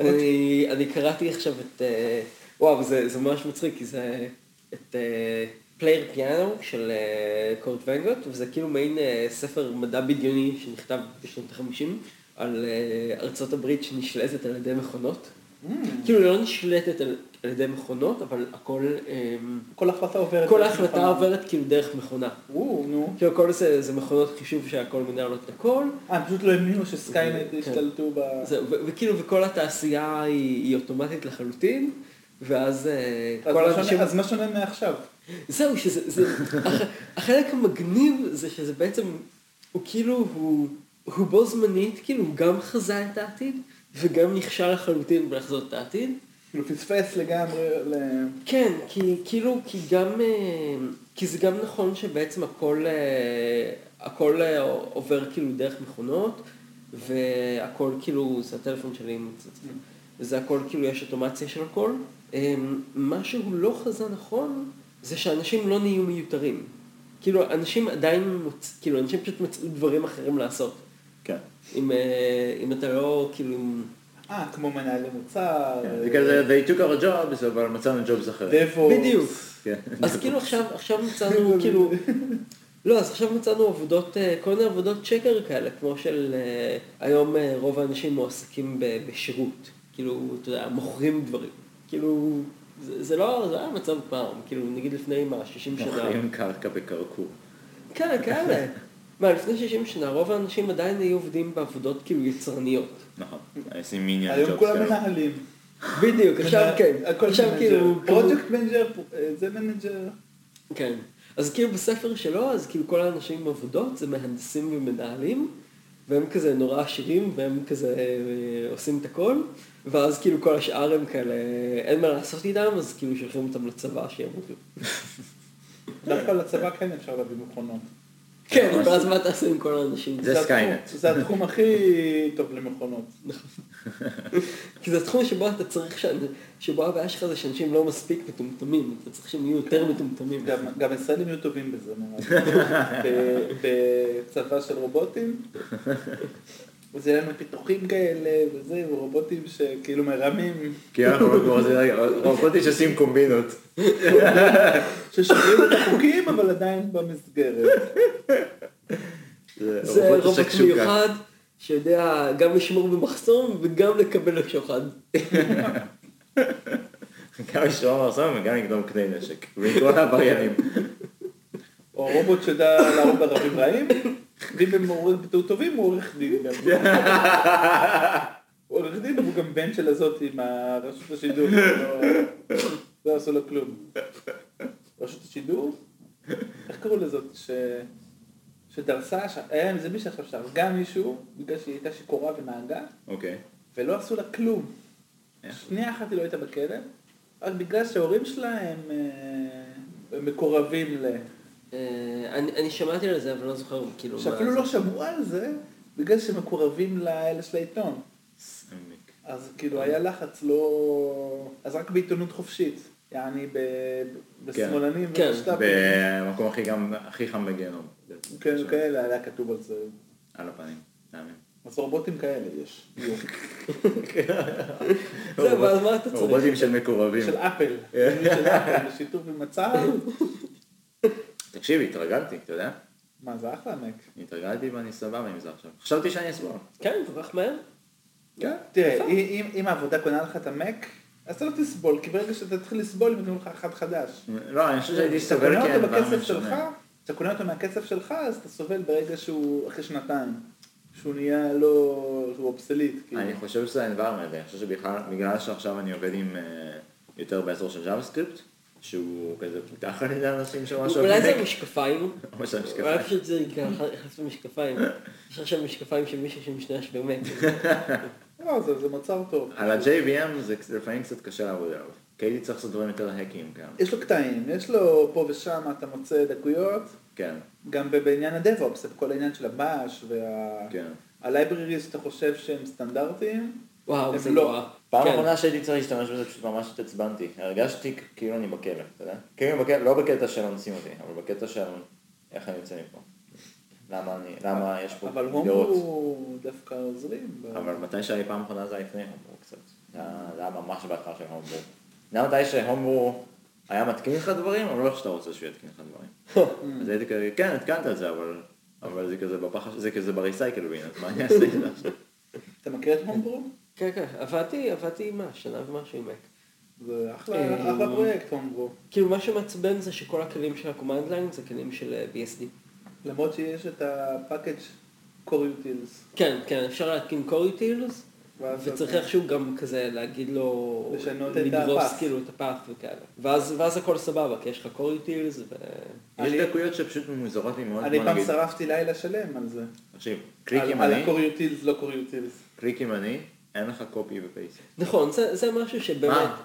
[SPEAKER 3] אני, אני קראתי עכשיו את... אה, וואו, זה, זה ממש מצחיק, כי זה... את אה, פלייר פיאנו של אה, קורט ונגוט, וזה כאילו מעין אה, ספר מדע בדיוני שנכתב בשנות ה-50 על אה, ארצות הברית שנשלטת על ידי מכונות.
[SPEAKER 2] Mm.
[SPEAKER 3] כאילו היא לא נשלטת על, על ידי מכונות, אבל הכל... אה,
[SPEAKER 2] כל החלטה עוברת.
[SPEAKER 3] כל
[SPEAKER 2] דרך
[SPEAKER 3] ההחלטה
[SPEAKER 2] מכונה.
[SPEAKER 3] עוברת כאילו דרך מכונה.
[SPEAKER 2] וואו, נו.
[SPEAKER 3] כאילו הכל זה, זה מכונות חישוב שהכל מנהלות את הכל,
[SPEAKER 2] אה, הם פשוט לא האמינו שסקיינט
[SPEAKER 3] כן.
[SPEAKER 2] השתלטו ב...
[SPEAKER 3] זהו, ו- וכאילו, וכל התעשייה היא, היא אוטומטית לחלוטין, ואז אה,
[SPEAKER 2] אז
[SPEAKER 3] כל
[SPEAKER 2] מה
[SPEAKER 3] האנשים...
[SPEAKER 2] שונה- אז מה שונה מעכשיו?
[SPEAKER 3] זהו, שזה... זה, הח- החלק המגניב זה שזה בעצם, הוא כאילו, הוא, הוא בו זמנית, כאילו, הוא גם חזה את העתיד, וגם נכשל לחלוטין בלחזות את העתיד.
[SPEAKER 2] כאילו פספס לגמרי ל-
[SPEAKER 3] כן, כי כאילו, כי גם, אה, כי זה גם נכון שבעצם הכל, אה, הכל אה, עובר כאילו דרך מכונות, והכל כאילו, זה הטלפון שלי עם הצצים, וזה הכל כאילו, יש אוטומציה של הכל. אה, מה שהוא לא חזה נכון, זה שאנשים לא נהיו מיותרים. כאילו, אנשים עדיין, מוצ... כאילו, אנשים פשוט מצאו דברים אחרים לעשות.
[SPEAKER 4] כן.
[SPEAKER 3] אם, אה, אם אתה לא, כאילו, אם...
[SPEAKER 2] אה, כמו אה, מנהלי מוצר.
[SPEAKER 4] כן, זה כזה, they took our jobs, אבל מצאנו jobs אחרים.
[SPEAKER 2] דבו.
[SPEAKER 3] בדיוק.
[SPEAKER 4] כן.
[SPEAKER 3] אז כאילו עכשיו, עכשיו מצאנו כאילו, לא, אז עכשיו מצאנו עבודות, אה, כל מיני עבודות שקר כאלה, כמו של אה, היום אה, רוב האנשים מועסקים ב- בשירות, כאילו, אתה יודע, מוכרים דברים, כאילו, זה זה לא, זה היה מצב פעם, כאילו, נגיד לפני מה, 60 שנה,
[SPEAKER 4] מוכרים קרקע בקרקור.
[SPEAKER 3] כן, כאלה, מה, לפני 60 שנה, רוב האנשים עדיין היו עובדים בעבודות כאילו יצרניות,
[SPEAKER 4] נכון. עושים מיניון
[SPEAKER 2] היום
[SPEAKER 4] ג'ובס
[SPEAKER 2] כולם
[SPEAKER 4] כאלה.
[SPEAKER 2] מנהלים.
[SPEAKER 3] בדיוק, עכשיו
[SPEAKER 2] מנה-
[SPEAKER 3] כן,
[SPEAKER 2] הכל
[SPEAKER 3] עכשיו
[SPEAKER 2] מנג'ר.
[SPEAKER 3] כאילו,
[SPEAKER 2] פרויקט מנג'ר, פ- אה, זה מנג'ר.
[SPEAKER 3] כן. אז כאילו בספר שלו, אז כאילו כל האנשים עם עבודות זה מהנדסים ומנהלים, והם כזה נורא עשירים, והם כזה אה, עושים את הכל, ואז כאילו כל השאר הם כאלה, אין מה לעשות איתם, אז כאילו שולחים אותם לצבא כן, שימותו.
[SPEAKER 2] דווקא לצבא כן אפשר להביא מכונות.
[SPEAKER 3] כן, ואז מה תעשה עם כל האנשים?
[SPEAKER 4] זה
[SPEAKER 2] התחום-
[SPEAKER 4] Skynet.
[SPEAKER 2] זה התחום הכי טוב למכונות.
[SPEAKER 3] כי זה התחום שבו אתה צריך, ש... שבו הבעיה שלך זה שאנשים לא מספיק מטומטמים, אתה צריך שהם יהיו יותר מטומטמים.
[SPEAKER 2] גם- גם ישראלים יהיו טובים בזה נראה לי. ב- בצבא של רובוטים. אז יהיה לנו פיתוחים כאלה וזה, ורובוטים שכאילו מרמים,
[SPEAKER 4] כי אנחנו לא כמו זה, רגע, רובוטים שעושים קומבינות.
[SPEAKER 2] ששומרים את החוקים אבל עדיין במסגרת.
[SPEAKER 3] זה
[SPEAKER 4] רובוט
[SPEAKER 3] רובוט
[SPEAKER 4] השקשוקה.
[SPEAKER 3] מיוחד שיודע גם לשמור במחסום וגם לקבל לשוחד.
[SPEAKER 4] גם לשמור מרסום וגם לגנוב כלי נשק. ולקרוא לעבריינים.
[SPEAKER 2] או רובוט שיודע להרוג ערבים רעים, ואם הם הורים פיתוח טובים הוא עורך דין גם. הוא עורך דין אבל הוא גם בן של הזאת עם הרשות השידור. לא- לא עשו לו כלום. רשות השידור? איך קראו לזאת? ש... שדרסה, ש... היה עם זה מישהו עכשיו שהרגה מישהו בגלל שהיא הייתה שיכורה ונהגה,
[SPEAKER 4] אוקיי.
[SPEAKER 2] ולא עשו לה כלום.
[SPEAKER 4] איך?
[SPEAKER 2] שנייה אחת היא לא הייתה בכלא, רק בגלל שההורים שלה הם, אה, הם מקורבים ל...
[SPEAKER 3] אה, אני אני שמעתי על זה, אבל לא זוכר כאילו מה
[SPEAKER 2] שאפילו
[SPEAKER 3] זה.
[SPEAKER 2] לא שמעו על זה, בגלל שהם מקורבים לאלה של העיתון.
[SPEAKER 4] סעמק.
[SPEAKER 2] אז כאילו היה לחץ לא... אז רק בעיתונות חופשית. יעני ב... בשמאלנים
[SPEAKER 3] כן.
[SPEAKER 2] ובשת"פים.
[SPEAKER 4] במקום הכי גם, הכי חם בגיהנום.
[SPEAKER 2] כן, כאלה, היה כתוב על זה.
[SPEAKER 4] על הפנים, תאמין.
[SPEAKER 2] אז רובוטים כאלה יש. יהיו.
[SPEAKER 3] זהו, ואז מה אתה צריך?
[SPEAKER 4] רובוטים של מקורבים.
[SPEAKER 2] של אפל. של אפל, בשיתוף עם מצב.
[SPEAKER 4] תקשיב, התרגלתי, אתה יודע?
[SPEAKER 2] מה, זה אחלה נק.
[SPEAKER 4] התרגלתי ואני סבבה עם זה עכשיו. חשבתי שאני אסבור.
[SPEAKER 3] כן, כל כך מהר.
[SPEAKER 4] כן.
[SPEAKER 2] תראה, אם- אם העבודה קונה לך את המק, אז אתה לא תסבול, כי ברגע שאתה תתחיל לסבול, הם יקנו לך אחד חדש.
[SPEAKER 4] לא, אני חושב שהייתי
[SPEAKER 2] כשאתה
[SPEAKER 4] סובל
[SPEAKER 2] קונה
[SPEAKER 4] כי
[SPEAKER 2] אותו
[SPEAKER 4] האנביירמנט
[SPEAKER 2] בכסף שלך,
[SPEAKER 4] שונה.
[SPEAKER 2] כשאתה קונה אותו מהכסף שלך, אז אתה סובל ברגע שהוא, אחרי שנתיים, שהוא נהיה לא, שהוא אובסליט, כאילו.
[SPEAKER 4] אני חושב שזה ה-environment, אני חושב שבכלל, בגלל שעכשיו אני עובד עם אה, יותר באזור של JavaScript, שהוא כזה פותח על ידי אנשים שממש
[SPEAKER 3] אולי זה
[SPEAKER 4] מק,
[SPEAKER 3] המשקפיים?
[SPEAKER 4] או של המשקפיים.
[SPEAKER 3] אולי פשוט זה ככה, החלפת משקפיים. יש עכשיו משקפיים של מישהו שמשתמש באמת.
[SPEAKER 2] לא, זה זה מוצר טוב.
[SPEAKER 4] על ה-JVM זה קצת- לפעמים קצת קשה לעבוד עליו, כי הייתי צריך לעשות דברים יותר האקיים כאן.
[SPEAKER 2] יש לו קטעים, יש לו פה ושם אתה מוצא דקויות,
[SPEAKER 4] כן,
[SPEAKER 2] גם בעניין הדב-אופס, את כל העניין של הבאש וה...
[SPEAKER 4] כן.
[SPEAKER 2] הלייבריריז שאתה חושב שהם סטנדרטיים,
[SPEAKER 3] וואו,
[SPEAKER 2] הם
[SPEAKER 3] זה
[SPEAKER 2] לא.
[SPEAKER 3] נורא.
[SPEAKER 4] פעם
[SPEAKER 3] כן.
[SPEAKER 4] אחרונה שהייתי צריך להשתמש בזה פשוט ממש התעצבנתי, הרגשתי כאילו אני בכלא, אתה יודע? כאילו בכלא, לא בקטע של אונסים אותי, אבל בקטע של איך אני יוצא מפה. למה אני, למה יש פה
[SPEAKER 2] אבל
[SPEAKER 4] גדרות.
[SPEAKER 2] הומו דווקא עוזרים. ב-
[SPEAKER 4] אבל מתי שהיה פעם אחרונה זה היה לפני הומבור קצת. זה היה- זה היה ממש בהתחלה של הומבור. זה היה מתי שהומבור היה מתקין לך דברים, אבל לא איך שאתה רוצה שהוא יתקין לך דברים. אז הייתי כזה, כן, התקנת את זה, אבל... אבל זה כזה בפח, זה כזה בריסייקל בין, אז מה אני אעשה עם זה עכשיו?
[SPEAKER 2] אתה מכיר את הומברו?
[SPEAKER 3] כן, כן, עבדתי, עבדתי מה, שנה ומשהו עם מק.
[SPEAKER 2] זה אחלה
[SPEAKER 3] אה.
[SPEAKER 2] אחלה פרויקט הומברו.
[SPEAKER 3] כאילו מה שמעצבן זה שכל הכלים של ה-command line זה כלים של אה, BSD.
[SPEAKER 2] למרות שיש את הפאקג' קוריוטילס.
[SPEAKER 3] כן, כן, אפשר להתקין קוריטילס,
[SPEAKER 2] ואז
[SPEAKER 3] וצריך
[SPEAKER 2] אתה-
[SPEAKER 3] איכשהו גם כזה להגיד לו,
[SPEAKER 2] לשנות את
[SPEAKER 3] לדרוס
[SPEAKER 2] הפאס.
[SPEAKER 3] כאילו את הפאף וכאלה. ואז ואז הכל סבבה, כי יש לך קוריטילס ו...
[SPEAKER 4] יש
[SPEAKER 2] אני-
[SPEAKER 4] דקויות שפשוט מוזרות לי מאוד,
[SPEAKER 2] אני
[SPEAKER 4] כמו
[SPEAKER 2] פעם
[SPEAKER 4] נגיד-
[SPEAKER 2] שרפתי לילה שלם על זה.
[SPEAKER 4] תקשיב, קליק
[SPEAKER 2] על על
[SPEAKER 4] ימני,
[SPEAKER 2] הקוריוטילס, לא קוריוטילס.
[SPEAKER 4] קליק ימני, אין לך קופי ופייסט.
[SPEAKER 3] נכון, זה זה משהו שבאמת...
[SPEAKER 2] אה.
[SPEAKER 4] מה?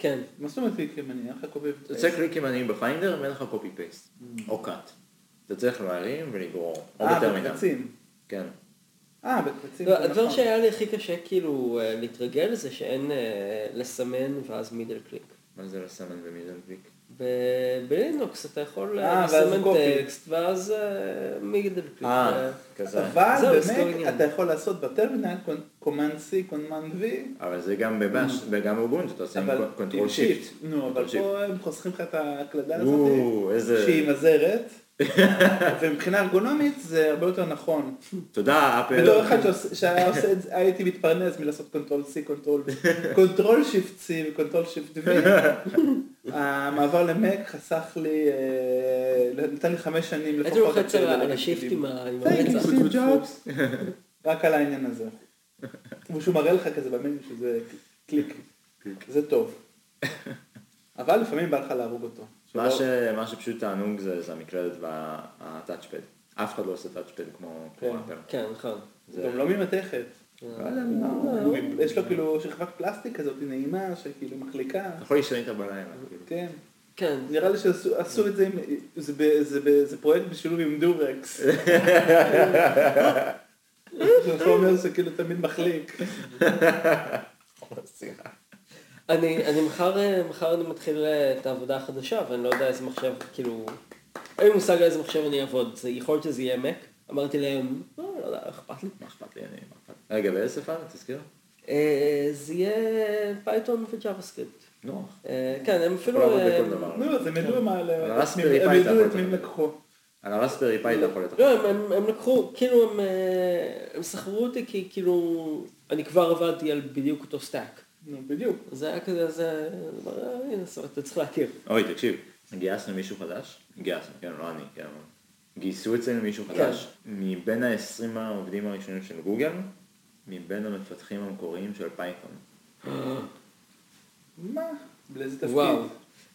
[SPEAKER 3] כן.
[SPEAKER 2] מה זאת אומרת קליק ימני? איך הקובי...
[SPEAKER 4] יוצא קליק ימני בפיינדר ואין לך קופי פייסט. או קאט. אתה צריך להרים ולגרור. או
[SPEAKER 2] Mm. אה,
[SPEAKER 4] בטרמינל.
[SPEAKER 2] בקבצים.
[SPEAKER 4] כן.
[SPEAKER 2] אה, בקבצים.
[SPEAKER 3] לא,
[SPEAKER 2] זה
[SPEAKER 3] הדבר
[SPEAKER 2] נכון.
[SPEAKER 3] שהיה לי הכי קשה כאילו אה, להתרגל זה שאין אה, לסמן ואז מידל קליק.
[SPEAKER 4] מה זה לסמן ומידל קליק?
[SPEAKER 3] ב- בלינוקס אתה יכול
[SPEAKER 2] אה,
[SPEAKER 3] אה,
[SPEAKER 2] ואז
[SPEAKER 3] לסמן
[SPEAKER 2] קופי.
[SPEAKER 3] טקסט ואז אה, מידל קליק.
[SPEAKER 4] אה,
[SPEAKER 3] אה,
[SPEAKER 4] כזה.
[SPEAKER 2] אבל
[SPEAKER 3] זהו, זה לא
[SPEAKER 2] באמת
[SPEAKER 3] עניין.
[SPEAKER 2] אתה יכול לעשות בטרמינל קומנד C, קומנד V,
[SPEAKER 4] אבל זה גם בבאש, וגם אוגונט, אתה עושה עם
[SPEAKER 2] אבל
[SPEAKER 4] קונטרול
[SPEAKER 2] עם
[SPEAKER 4] שיפט.
[SPEAKER 2] שיפט. נו, אבל
[SPEAKER 4] Control
[SPEAKER 2] פה הם חוסכים לך את ההקלדה הזאת,
[SPEAKER 4] או, איזה...
[SPEAKER 2] שהיא מזרת, ומבחינה ארגונומית זה הרבה יותר נכון.
[SPEAKER 4] תודה, אפל.
[SPEAKER 2] בתור אחד שעוש- שהיה עושה לא את זה, הייתי מתפרנס מלעשות קונטרול C, קונטרול קונטרול שיפט C וקונטרול שיפט V. המעבר למק חסך לי, אה, נתן לי חמש שנים
[SPEAKER 3] הייתי
[SPEAKER 2] לפחות.
[SPEAKER 3] לוחץ
[SPEAKER 2] עד
[SPEAKER 3] על
[SPEAKER 2] שזה
[SPEAKER 3] על
[SPEAKER 2] לא
[SPEAKER 3] השיפט
[SPEAKER 2] תפקידים.
[SPEAKER 3] עם ה- עם
[SPEAKER 2] Thank you,
[SPEAKER 3] הרצח.
[SPEAKER 2] Steve Jobs. רק על העניין הזה. ושהוא מראה לך כזה במייל שזה קליק. זה טוב. אבל לפעמים בא לך להרוג אותו.
[SPEAKER 4] מה,
[SPEAKER 2] שלא-
[SPEAKER 4] ש... מה שפשוט תענוג זה, זה המקלדת והטאצ'פד. אף אחד לא עושה טאצ'פד כמו
[SPEAKER 2] כן.
[SPEAKER 4] כמו אפל.
[SPEAKER 3] כן, נכון.
[SPEAKER 2] גם לא ממתכת.
[SPEAKER 4] לא יודע, מה-
[SPEAKER 2] הוא- יש לו כאילו שכבת פלסטיק כזאת נעימה שכאילו מחליקה.
[SPEAKER 4] אתה יכול לישון איתה בלילה. כאילו.
[SPEAKER 2] כן.
[SPEAKER 3] כן,
[SPEAKER 2] נראה לי שעשו עשו את זה, עם- זה ב- זה ב- זה פרויקט בשילוב עם דורקס. זה חומר שכאילו כאילו תמיד מחליק.
[SPEAKER 3] אני, אני מחר, אה, מחר אני מתחיל אה, את העבודה החדשה, ואני לא יודע איזה מחשב, כאילו... אין לי מושג על איזה מחשב אני אעבוד, זה יכול להיות שזה יהיה מק. אמרתי להם, לא, לא יודע, אכפת לי.
[SPEAKER 4] מה אכפת לי? אני- מה אכפת לי? רגע, באיזה שפה? תזכיר.
[SPEAKER 3] אה, זה יהיה פייתון וג'אווה סקריפט.
[SPEAKER 4] נוח.
[SPEAKER 3] אה, כן, הם אפילו...
[SPEAKER 4] יכול לעבוד
[SPEAKER 3] אה,
[SPEAKER 4] בכל דבר.
[SPEAKER 2] נו, אז לא, הם ידעו מה...
[SPEAKER 4] רספברי
[SPEAKER 2] הם
[SPEAKER 4] פאי
[SPEAKER 2] ידעו את
[SPEAKER 4] אתה
[SPEAKER 2] מי הם
[SPEAKER 4] יכול
[SPEAKER 2] לקחו.
[SPEAKER 4] על הרספרי פאי אתה יכול לתחת.
[SPEAKER 3] לא, הם, הם, הם לקחו, כאילו הם, אה, הם סחרו אותי כי כאילו, אני כבר עבדתי על בדיוק אותו סטאק.
[SPEAKER 2] נו, בדיוק.
[SPEAKER 3] זה היה כזה, זה... זה אמר, "אה, הנה, זאת אומרת, אתה צריך להכיר.
[SPEAKER 4] אוי, תקשיב, גייסנו מישהו חדש? גייסנו, כן, לא אני, כן. אבל גייסו אצלנו מישהו
[SPEAKER 2] כן.
[SPEAKER 4] חדש, מבין ה-20 העובדים הראשונים של גוגל, מבין המפתחים המקוריים של פייתון.
[SPEAKER 2] מה? לאיזה תפקיד?
[SPEAKER 3] וואו.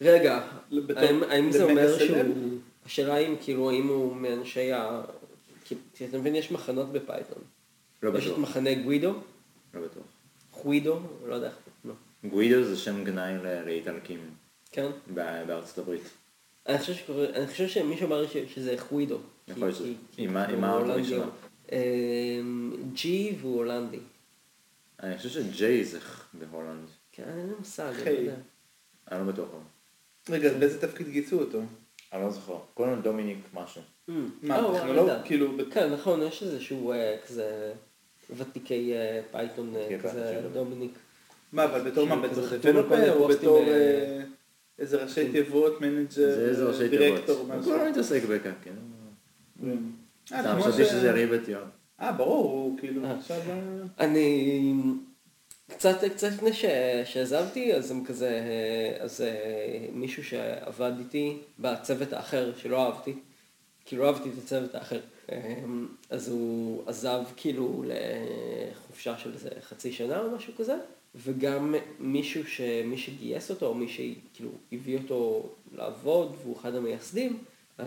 [SPEAKER 3] רגע,
[SPEAKER 2] בתור-
[SPEAKER 3] האם- האם זה
[SPEAKER 2] למגה
[SPEAKER 3] אומר
[SPEAKER 2] סלב?
[SPEAKER 3] שהוא... השאלה אם כאילו, האם הוא מאנשי ה... כי כי אתה מבין, יש מחנות בפייתון.
[SPEAKER 4] לא
[SPEAKER 3] יש את
[SPEAKER 4] בטוח,
[SPEAKER 3] מחנה גווידו,
[SPEAKER 4] לא בטוח.
[SPEAKER 3] חווידו, לא יודע איך, לא.
[SPEAKER 4] גווידו זה שם גנאי ל- לאיטלקים
[SPEAKER 3] כן?
[SPEAKER 4] ב- בארצות הברית.
[SPEAKER 3] אני חושב, שקורא, אני חושב שמישהו אמר ש, שזה חווידו.
[SPEAKER 4] יכול להיות
[SPEAKER 3] כי-
[SPEAKER 4] שזה-
[SPEAKER 3] כי-
[SPEAKER 4] עם מה-
[SPEAKER 3] כי
[SPEAKER 4] עם מה
[SPEAKER 3] הוא
[SPEAKER 4] האות
[SPEAKER 3] הולנדי.
[SPEAKER 4] הראשונה?
[SPEAKER 3] אמ, ג'י והוא הולנדי.
[SPEAKER 4] אני חושב שג'יי זה ח- בהולנד.
[SPEAKER 3] כן, אין לי מושג, אני לא
[SPEAKER 2] חיי.
[SPEAKER 3] יודע.
[SPEAKER 4] אני לא בטוח. אבל.
[SPEAKER 2] רגע, אז באיזה תפקיד גייסו אותו?
[SPEAKER 4] אני לא זוכר. קוראים לו דומיניק משהו.
[SPEAKER 3] אמ,
[SPEAKER 2] מה,
[SPEAKER 3] אה, הוא
[SPEAKER 2] טכנולוג?
[SPEAKER 3] הולנד.
[SPEAKER 2] כאילו, בת-
[SPEAKER 3] כן, נכון, יש איזשהו אה, כזה ותיקי אה, פייתון, אה,
[SPEAKER 4] ותיקי פייתון
[SPEAKER 3] כזה
[SPEAKER 4] של-
[SPEAKER 3] דומיניק.
[SPEAKER 2] מה, אבל בתור מה,
[SPEAKER 3] שהוא
[SPEAKER 2] בתור
[SPEAKER 3] כאילו, כזה חתום על כל מיני
[SPEAKER 2] דבלופר או
[SPEAKER 3] פוסטים,
[SPEAKER 2] בתור
[SPEAKER 3] אה,
[SPEAKER 2] אה, איזה ראשי תיבות, מנג'ר,
[SPEAKER 4] זה איזה ראשי
[SPEAKER 2] דירקטור,
[SPEAKER 4] תיבות.
[SPEAKER 2] משהו?
[SPEAKER 3] נכון.
[SPEAKER 4] הוא לא מתעסק בכך, כן.
[SPEAKER 2] אה,
[SPEAKER 4] אתה
[SPEAKER 2] כמו
[SPEAKER 4] חשבתי
[SPEAKER 2] ש-
[SPEAKER 4] שזה ריבת יום.
[SPEAKER 2] אה, ברור, הוא כאילו
[SPEAKER 3] אה.
[SPEAKER 2] עכשיו... אה,
[SPEAKER 3] אני... קצת, קצת לפני ש... שעזבתי, אז הם כזה, אה, אז אה, מישהו שעבד איתי בצוות האחר, שלא אהבתי, כאילו לא אהבתי את הצוות האחר, אה, אז הוא עזב כאילו לחופשה של איזה חצי שנה או משהו כזה, וגם מישהו ש... מי שגייס אותו, או מי שכאילו הביא אותו לעבוד, והוא אחד המייסדים, אה,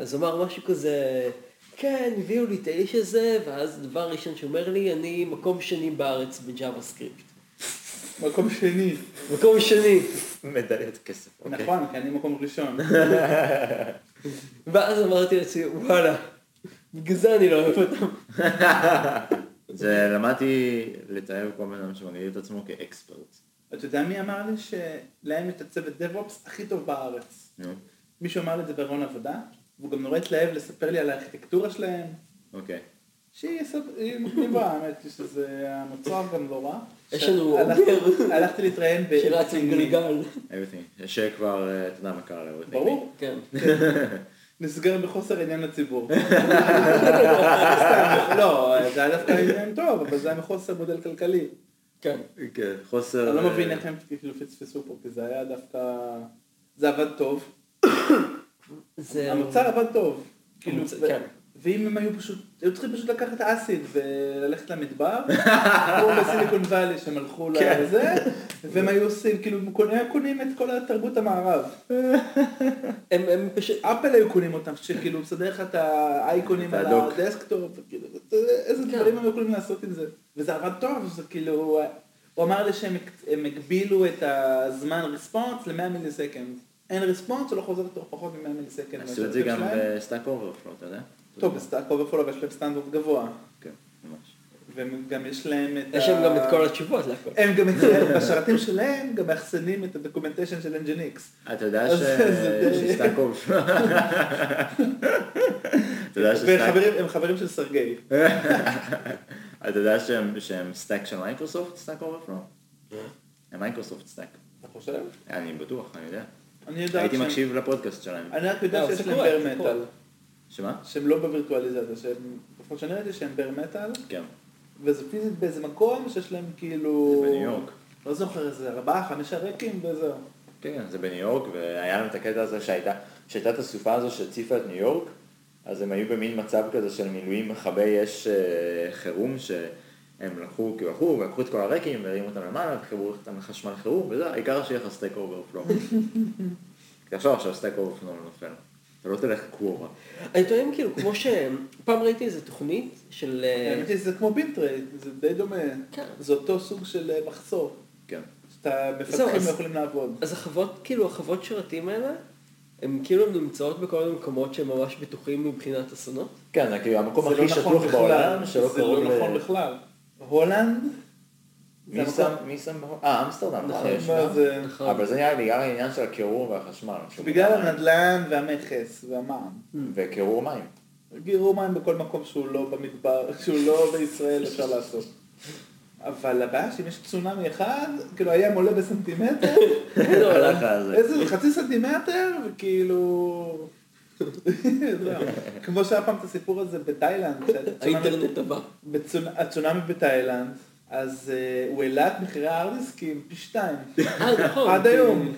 [SPEAKER 3] אז הוא אמר משהו כזה, כן, הביאו לי את האיש הזה, ואז דבר ראשון שאומר לי, אני מקום שני בארץ בג'אווה סקריפט.
[SPEAKER 2] מקום שני.
[SPEAKER 3] מקום שני.
[SPEAKER 4] מדליית כסף. אוקיי.
[SPEAKER 2] נכון, כי אני מקום ראשון.
[SPEAKER 3] ואז אמרתי לעצמי, וואלה, בגלל זה אני לא אוהב אותם.
[SPEAKER 4] זה למדתי לתאר כל בן אדם שמגדיר את עצמו כאקספרט.
[SPEAKER 2] אתה יודע מי אמר לי שלהם יש את הצוות DevOps הכי טוב בארץ?
[SPEAKER 4] נו,
[SPEAKER 2] מישהו אמר לי את זה בראיון עבודה, והוא גם נורא התלהב לספר לי על הארכיטקטורה שלהם,
[SPEAKER 4] אוקיי.
[SPEAKER 2] שהיא יספ- היא מגניבה, האמת היא שזה המצב גם לא רע.
[SPEAKER 3] יש לנו
[SPEAKER 2] הלכתי-
[SPEAKER 3] אוגר.
[SPEAKER 2] הלכתי להתראיין ב...
[SPEAKER 3] שרץ עם גלגל.
[SPEAKER 4] everything. שכבר, אה, אתה יודע מה קרה לו. everything.
[SPEAKER 2] ברור,
[SPEAKER 3] כן.
[SPEAKER 2] נסגר בחוסר עניין לציבור. סתם, לא, זה היה דווקא עניין טוב, אבל זה היה מחוסר מודל כלכלי.
[SPEAKER 3] כן.
[SPEAKER 4] כן, חוסר...
[SPEAKER 2] אני לא
[SPEAKER 4] אה,
[SPEAKER 2] מבין איך הם כאילו פספסו פה, כי זה היה דווקא... זה עבד טוב.
[SPEAKER 3] זה...
[SPEAKER 2] המוצר עבד טוב. כאילו,
[SPEAKER 3] המוצר,
[SPEAKER 2] ו-
[SPEAKER 3] כן.
[SPEAKER 2] ואם הם היו פשוט, היו צריכים פשוט לקחת אסיד וללכת למדבר, כמו בסיליקון וואלי שהם הלכו
[SPEAKER 4] כן.
[SPEAKER 2] לזה, והם היו עושים, כאילו, הם קונים- הם קונים את כל התרבות המערב.
[SPEAKER 3] הם הם פשוט...
[SPEAKER 2] אפל היו קונים אותם, שכאילו, מסדר לך את האייקונים
[SPEAKER 4] את
[SPEAKER 2] על
[SPEAKER 4] הדוק.
[SPEAKER 2] הדסקטופ, וכאילו, אתה יודע, איזה דברים הם יכולים לעשות עם זה. וזה עבד טוב, זה כאילו, הוא אמר לי שהם הם הגבילו את הזמן ריספונס ל-100 מיליסקנד. אין ריספונס, הוא לא חוזר תוך פחות מ-100 מיליסקנד.
[SPEAKER 4] עשו את זה גם
[SPEAKER 2] שלהם.
[SPEAKER 4] בסטאק אוברפלו, אתה יודע?
[SPEAKER 2] טוב, בסטאק אוברפלו יש להם סטנדרט גבוה,
[SPEAKER 4] כן, ממש.
[SPEAKER 2] והם גם יש להם את
[SPEAKER 3] יש שם גם את כל התשובות לכל.
[SPEAKER 2] הם גם אצלם, בשרתים שלהם, גם מאחסנים את הדוקומנטיישן של NGX.
[SPEAKER 4] אה, אתה יודע
[SPEAKER 2] אז זה די-
[SPEAKER 4] שסטאק אוברפלו... אתה יודע
[SPEAKER 2] והם
[SPEAKER 4] שסטאק...
[SPEAKER 2] חברים- הם חברים של סרגי.
[SPEAKER 4] אה, אתה יודע שהם- שהם סטאק של מייקרוסופט, סטאק אוברפלו? הם מייקרוסופט סטאק.
[SPEAKER 2] אתה חושב?
[SPEAKER 3] לא,
[SPEAKER 4] אני בטוח, אני יודע.
[SPEAKER 2] אני יודע
[SPEAKER 4] הייתי
[SPEAKER 2] שהם-
[SPEAKER 4] מקשיב לפודקאסט שלהם.
[SPEAKER 2] אני רק
[SPEAKER 3] לא,
[SPEAKER 2] יודע
[SPEAKER 3] זה
[SPEAKER 2] שיש להם
[SPEAKER 3] קורה,
[SPEAKER 2] בר
[SPEAKER 3] זה
[SPEAKER 2] מטאל,
[SPEAKER 4] שמה?
[SPEAKER 2] שהם לא בווירטואליזציה, שהם, לפחות שאני ראיתי שהם בר מטאל,
[SPEAKER 4] כן.
[SPEAKER 2] וזה פיזית באיזה מקום שיש להם כאילו...
[SPEAKER 4] זה בניו יורק.
[SPEAKER 2] לא זוכר איזה ארבעה, חמישה ריקים וזהו.
[SPEAKER 4] כן, זה בניו יורק, והיה לנו את הקטע הזה שהייתה, שהייתה את הסופה הזו שהציפה את ניו יורק, אז הם היו במין מצב כזה של מילואים מכבי אש אה, חירום, שהם לקחו, כאילו הלכו, ולקחו את כל הרקים, והרימו אותם למעלה, וחיברו אותם לחשמל חירום, וזה, העיקר שיהיה לך סטייק אוברפלו. תחשוב עכשיו סטייק אוברפלו נופל. אתה לא תלך לקוורה.
[SPEAKER 3] אני טוען כאילו, כמו שהם... פעם ראיתי איזו תוכנית של... אה,
[SPEAKER 2] האמת היא שזה כמו בינטרייד, זה די דומה.
[SPEAKER 3] כן.
[SPEAKER 2] זה אותו סוג של אה, מחסור,
[SPEAKER 4] כן.
[SPEAKER 2] שאתה
[SPEAKER 3] זהו,
[SPEAKER 2] מפתחים
[SPEAKER 3] אז-
[SPEAKER 2] לא יכולים לעבוד.
[SPEAKER 3] אז החוות, כאילו, החוות שרתים האלה, הן כאילו נמצאות בכל מיני מקומות שהם ממש בטוחים מבחינת אסונות.
[SPEAKER 4] כן, זה כאילו המקום
[SPEAKER 2] זה לא
[SPEAKER 4] הכי
[SPEAKER 2] נכון
[SPEAKER 4] שטוח בעולם,
[SPEAKER 2] בכלל,
[SPEAKER 4] שלא
[SPEAKER 2] זה
[SPEAKER 4] קוראים
[SPEAKER 2] לא נכון
[SPEAKER 4] ל...
[SPEAKER 2] בכלל. הולנד? זה
[SPEAKER 4] מי
[SPEAKER 2] המקום-
[SPEAKER 4] שם? מי שם? בהול? אה, אמסטרדם.
[SPEAKER 3] נכון,
[SPEAKER 4] אה, יש,
[SPEAKER 2] מה
[SPEAKER 4] אה?
[SPEAKER 2] זה-
[SPEAKER 3] נכון.
[SPEAKER 4] אבל זה נראה לי בגלל העניין של הקירור והחשמל. שהוא
[SPEAKER 2] בגלל
[SPEAKER 4] מוכן.
[SPEAKER 2] הנדל"ן והמכס והמע"מ.
[SPEAKER 4] וקירור מים.
[SPEAKER 2] גירו מים בכל מקום שהוא לא במדבר, שהוא לא בישראל אפשר לעשות. אבל הבעיה שאם יש צונאמי אחד, כאילו הים עולה בסנטימטר,
[SPEAKER 3] לא,
[SPEAKER 2] איזה חצי סנטימטר, וכאילו... זהו. כמו שהיה פעם את הסיפור הזה בתאילנד, שהיה צונאמי-
[SPEAKER 3] האינטרנט הבא.
[SPEAKER 2] בצונ- הצונאמי בתאילנד, אז אה, הוא העלה את מחירי הארדיסקים פי שתיים,
[SPEAKER 3] אה, נכון.
[SPEAKER 2] עד
[SPEAKER 3] כי-
[SPEAKER 2] היום.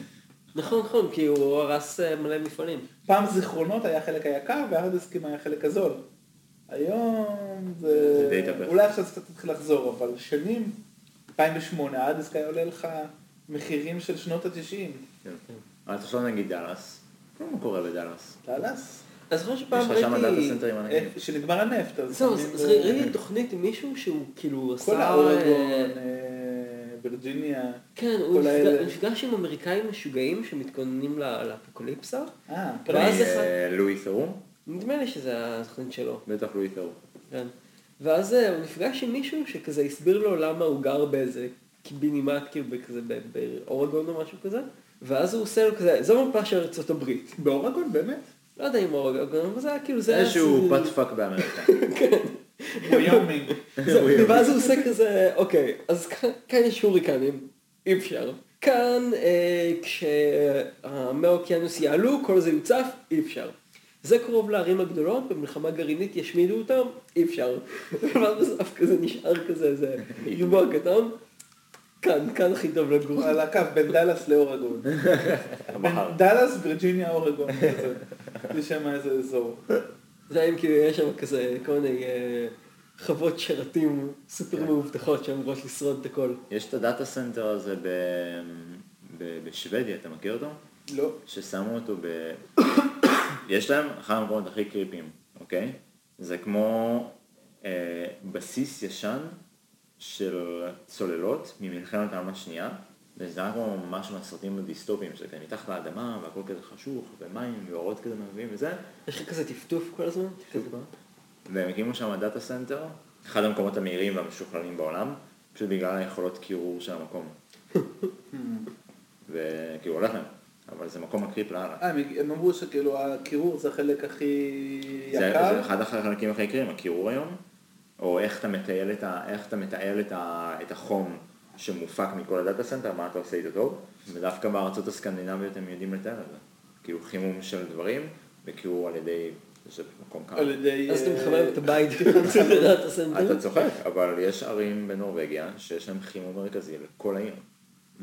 [SPEAKER 3] נכון, נכון, כי הוא הרס אה, מלא מפעלים.
[SPEAKER 2] פעם זיכרונות היה חלק היקר והארדיסקים היה חלק הזול. היום
[SPEAKER 4] זה די
[SPEAKER 2] זה...
[SPEAKER 4] התהפך.
[SPEAKER 2] אולי עכשיו זה קצת התחיל לחזור, אבל שנים, 2008, הארדיסק היה עולה לך מחירים של שנות ה-90.
[SPEAKER 4] כן. אבל תחשוב נגיד דאלאס, לא מה קורה בדאלאס.
[SPEAKER 2] דאלאס.
[SPEAKER 3] אני זוכר שפעם
[SPEAKER 4] יש לך שם דאטה
[SPEAKER 3] ראיתי...
[SPEAKER 4] סנטרים ענקיים.
[SPEAKER 2] אה, שנגמר הנפט, אז...
[SPEAKER 3] זהו,
[SPEAKER 2] שמים
[SPEAKER 3] אז אז
[SPEAKER 2] ב-
[SPEAKER 3] ראיתי תוכנית עם מישהו שהוא כאילו עשה...
[SPEAKER 2] אה, כל האורגון,
[SPEAKER 3] אה,
[SPEAKER 2] אה, וירג'יניה.
[SPEAKER 3] כן, הוא
[SPEAKER 2] כל
[SPEAKER 3] נפגש-
[SPEAKER 2] האלה.
[SPEAKER 3] נפגש עם אמריקאים משוגעים שמתכוננים ל- לאפוקוליפסה.
[SPEAKER 2] אה,
[SPEAKER 3] ואז
[SPEAKER 4] אה,
[SPEAKER 3] אחד-
[SPEAKER 4] לואי ת'רו?
[SPEAKER 3] נדמה לי שזה התוכנית שלו.
[SPEAKER 4] בטח לואי ת'רו.
[SPEAKER 3] כן. ואז אה, הוא נפגש עם מישהו שכזה הסביר לו למה הוא גר באיזה קיבינימט, כאילו בכזה ב- באורגון או משהו כזה, ואז הוא עושה לו כזה, זו מפה של ארצות הברית.
[SPEAKER 2] באורגון באמת?
[SPEAKER 3] לא יודע אם אורגון, אבל זה היה כאילו, זה היה...
[SPEAKER 4] איזשהו
[SPEAKER 3] סוג-
[SPEAKER 4] פאט פאק באמריקה.
[SPEAKER 2] ויומינג.
[SPEAKER 3] זהו,
[SPEAKER 4] הוא
[SPEAKER 3] ואז הוא עושה כזה, אוקיי, אז כאן- כאן יש הוריקנים, אי אפשר. כאן אה, כשהמאוקיינוס יעלו, כל זה יוצף, אי אפשר. זה קרוב לערים הגדולות, במלחמה גרעינית ישמידו אותם, אי אפשר. ואז בסוף כזה נשאר כזה איזה ריבוע קטן, כאן, כאן הכי טוב לגור.
[SPEAKER 2] על הקו בין דאלאס לאורגון.
[SPEAKER 4] בחר.
[SPEAKER 2] בין דאלאס, וירג'יניה, אורגון. כזה. יש שם איזה אזור.
[SPEAKER 3] זה היה אם כאילו יש שם כזה כל מיני אה, חוות שרתים סופר מאובטחות שאמורות לשרוד את הכל.
[SPEAKER 4] יש את הדאטה סנטר הזה ב... ב... בשוודיה, אתה מכיר אותו?
[SPEAKER 2] לא.
[SPEAKER 4] ששמו אותו ב... יש להם אחד המקומות הכי קריפים, אוקיי? זה כמו אה, בסיס ישן של צוללות ממלחמת העולם השנייה, וזה היה כמו משהו מהסרטים הדיסטופיים, שזה כזה מתחת לאדמה והכל כזה חשוך, ומים ואורות כזה מעבירים וזה,
[SPEAKER 3] יש לך כזה טפטוף כל הזמן? כזה.
[SPEAKER 4] והם הקימו שם דאטה סנטר, אחד המקומות המהירים והמשוכללים בעולם, פשוט בגלל היכולות קירור של המקום. וכאילו הולך להם, אבל זה מקום מקריפ לאללה.
[SPEAKER 2] אה, הם הם אמרו שכאילו הקירור זה החלק הכי
[SPEAKER 4] זה,
[SPEAKER 2] יקר.
[SPEAKER 4] זה אחד החלקים הכי יקרים, הקירור היום, או איך אתה מתעל את, ה, איך אתה מתעל את, ה, את החום שמופק מכל הדאטה סנטר, מה אתה עושה איתו טוב, ודווקא בארצות הסקנדינביות הם יודעים לתאר את זה. כאילו חימום של דברים, וקירור על ידי, זה מקום קר.
[SPEAKER 2] על ידי...
[SPEAKER 3] אז אתה
[SPEAKER 2] אה,
[SPEAKER 3] מחמם את הבית לדאטה
[SPEAKER 4] אתה
[SPEAKER 3] סנטר?
[SPEAKER 4] צוחק, אבל יש ערים בנורבגיה שיש להם חימום מרכזי לכל העיר.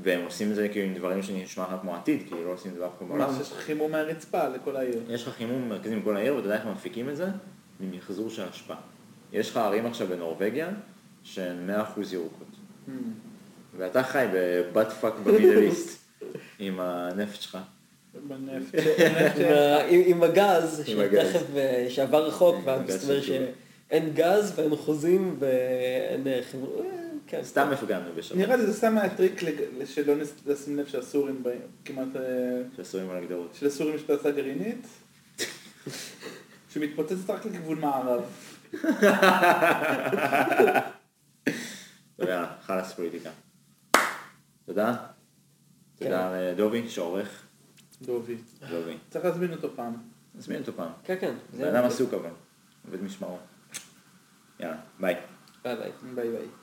[SPEAKER 4] והם עושים את זה כאילו עם דברים שנשמע לך כמו עתיד, כי לא עושים את זה אף פעם בעולם.
[SPEAKER 2] ממש יש חימום מהרצפה לכל העיר.
[SPEAKER 4] יש לך חימום מרכזי מכל העיר, ואתה יודע איך מפיקים את זה? ממחזור של אשפה. יש לך ערים עכשיו בנורבגיה שהן 100% ירוקות. ואתה חי בבת פאק במידליסט עם הנפט שלך.
[SPEAKER 2] בנפט.
[SPEAKER 3] עם ה- עם עם הגז,
[SPEAKER 4] עם הגז.
[SPEAKER 3] שתכף, אה, שעבר רחוק,
[SPEAKER 4] עם
[SPEAKER 3] ואז
[SPEAKER 4] הגז
[SPEAKER 3] מסתבר
[SPEAKER 4] של שוב.
[SPEAKER 3] שאין גז ואין חוזים ואין אה, חברות, אה, כן.
[SPEAKER 4] סתם הפגענו בשבת,
[SPEAKER 2] נראה לי זה סתם היה טריק לג- שלא נס- לשים לב שהסורים באים, כמעט... אה,
[SPEAKER 4] שאסורים על הגדרות.
[SPEAKER 2] שלסורים יש פצצה גרעינית, שמתפוצצת רק לכיוון מערב.
[SPEAKER 4] תודה, חלאס פוליטיקה. תודה. תודה לדובי שעורך.
[SPEAKER 2] דובי.
[SPEAKER 4] דובי.
[SPEAKER 2] צריך להזמין אותו פעם.
[SPEAKER 4] נזמין אותו פעם.
[SPEAKER 3] כן, כן. זה-
[SPEAKER 4] בן אדם עסוק אבל. עובד משמרות. יאללה, ביי.
[SPEAKER 3] ביי ביי.
[SPEAKER 2] ביי ביי.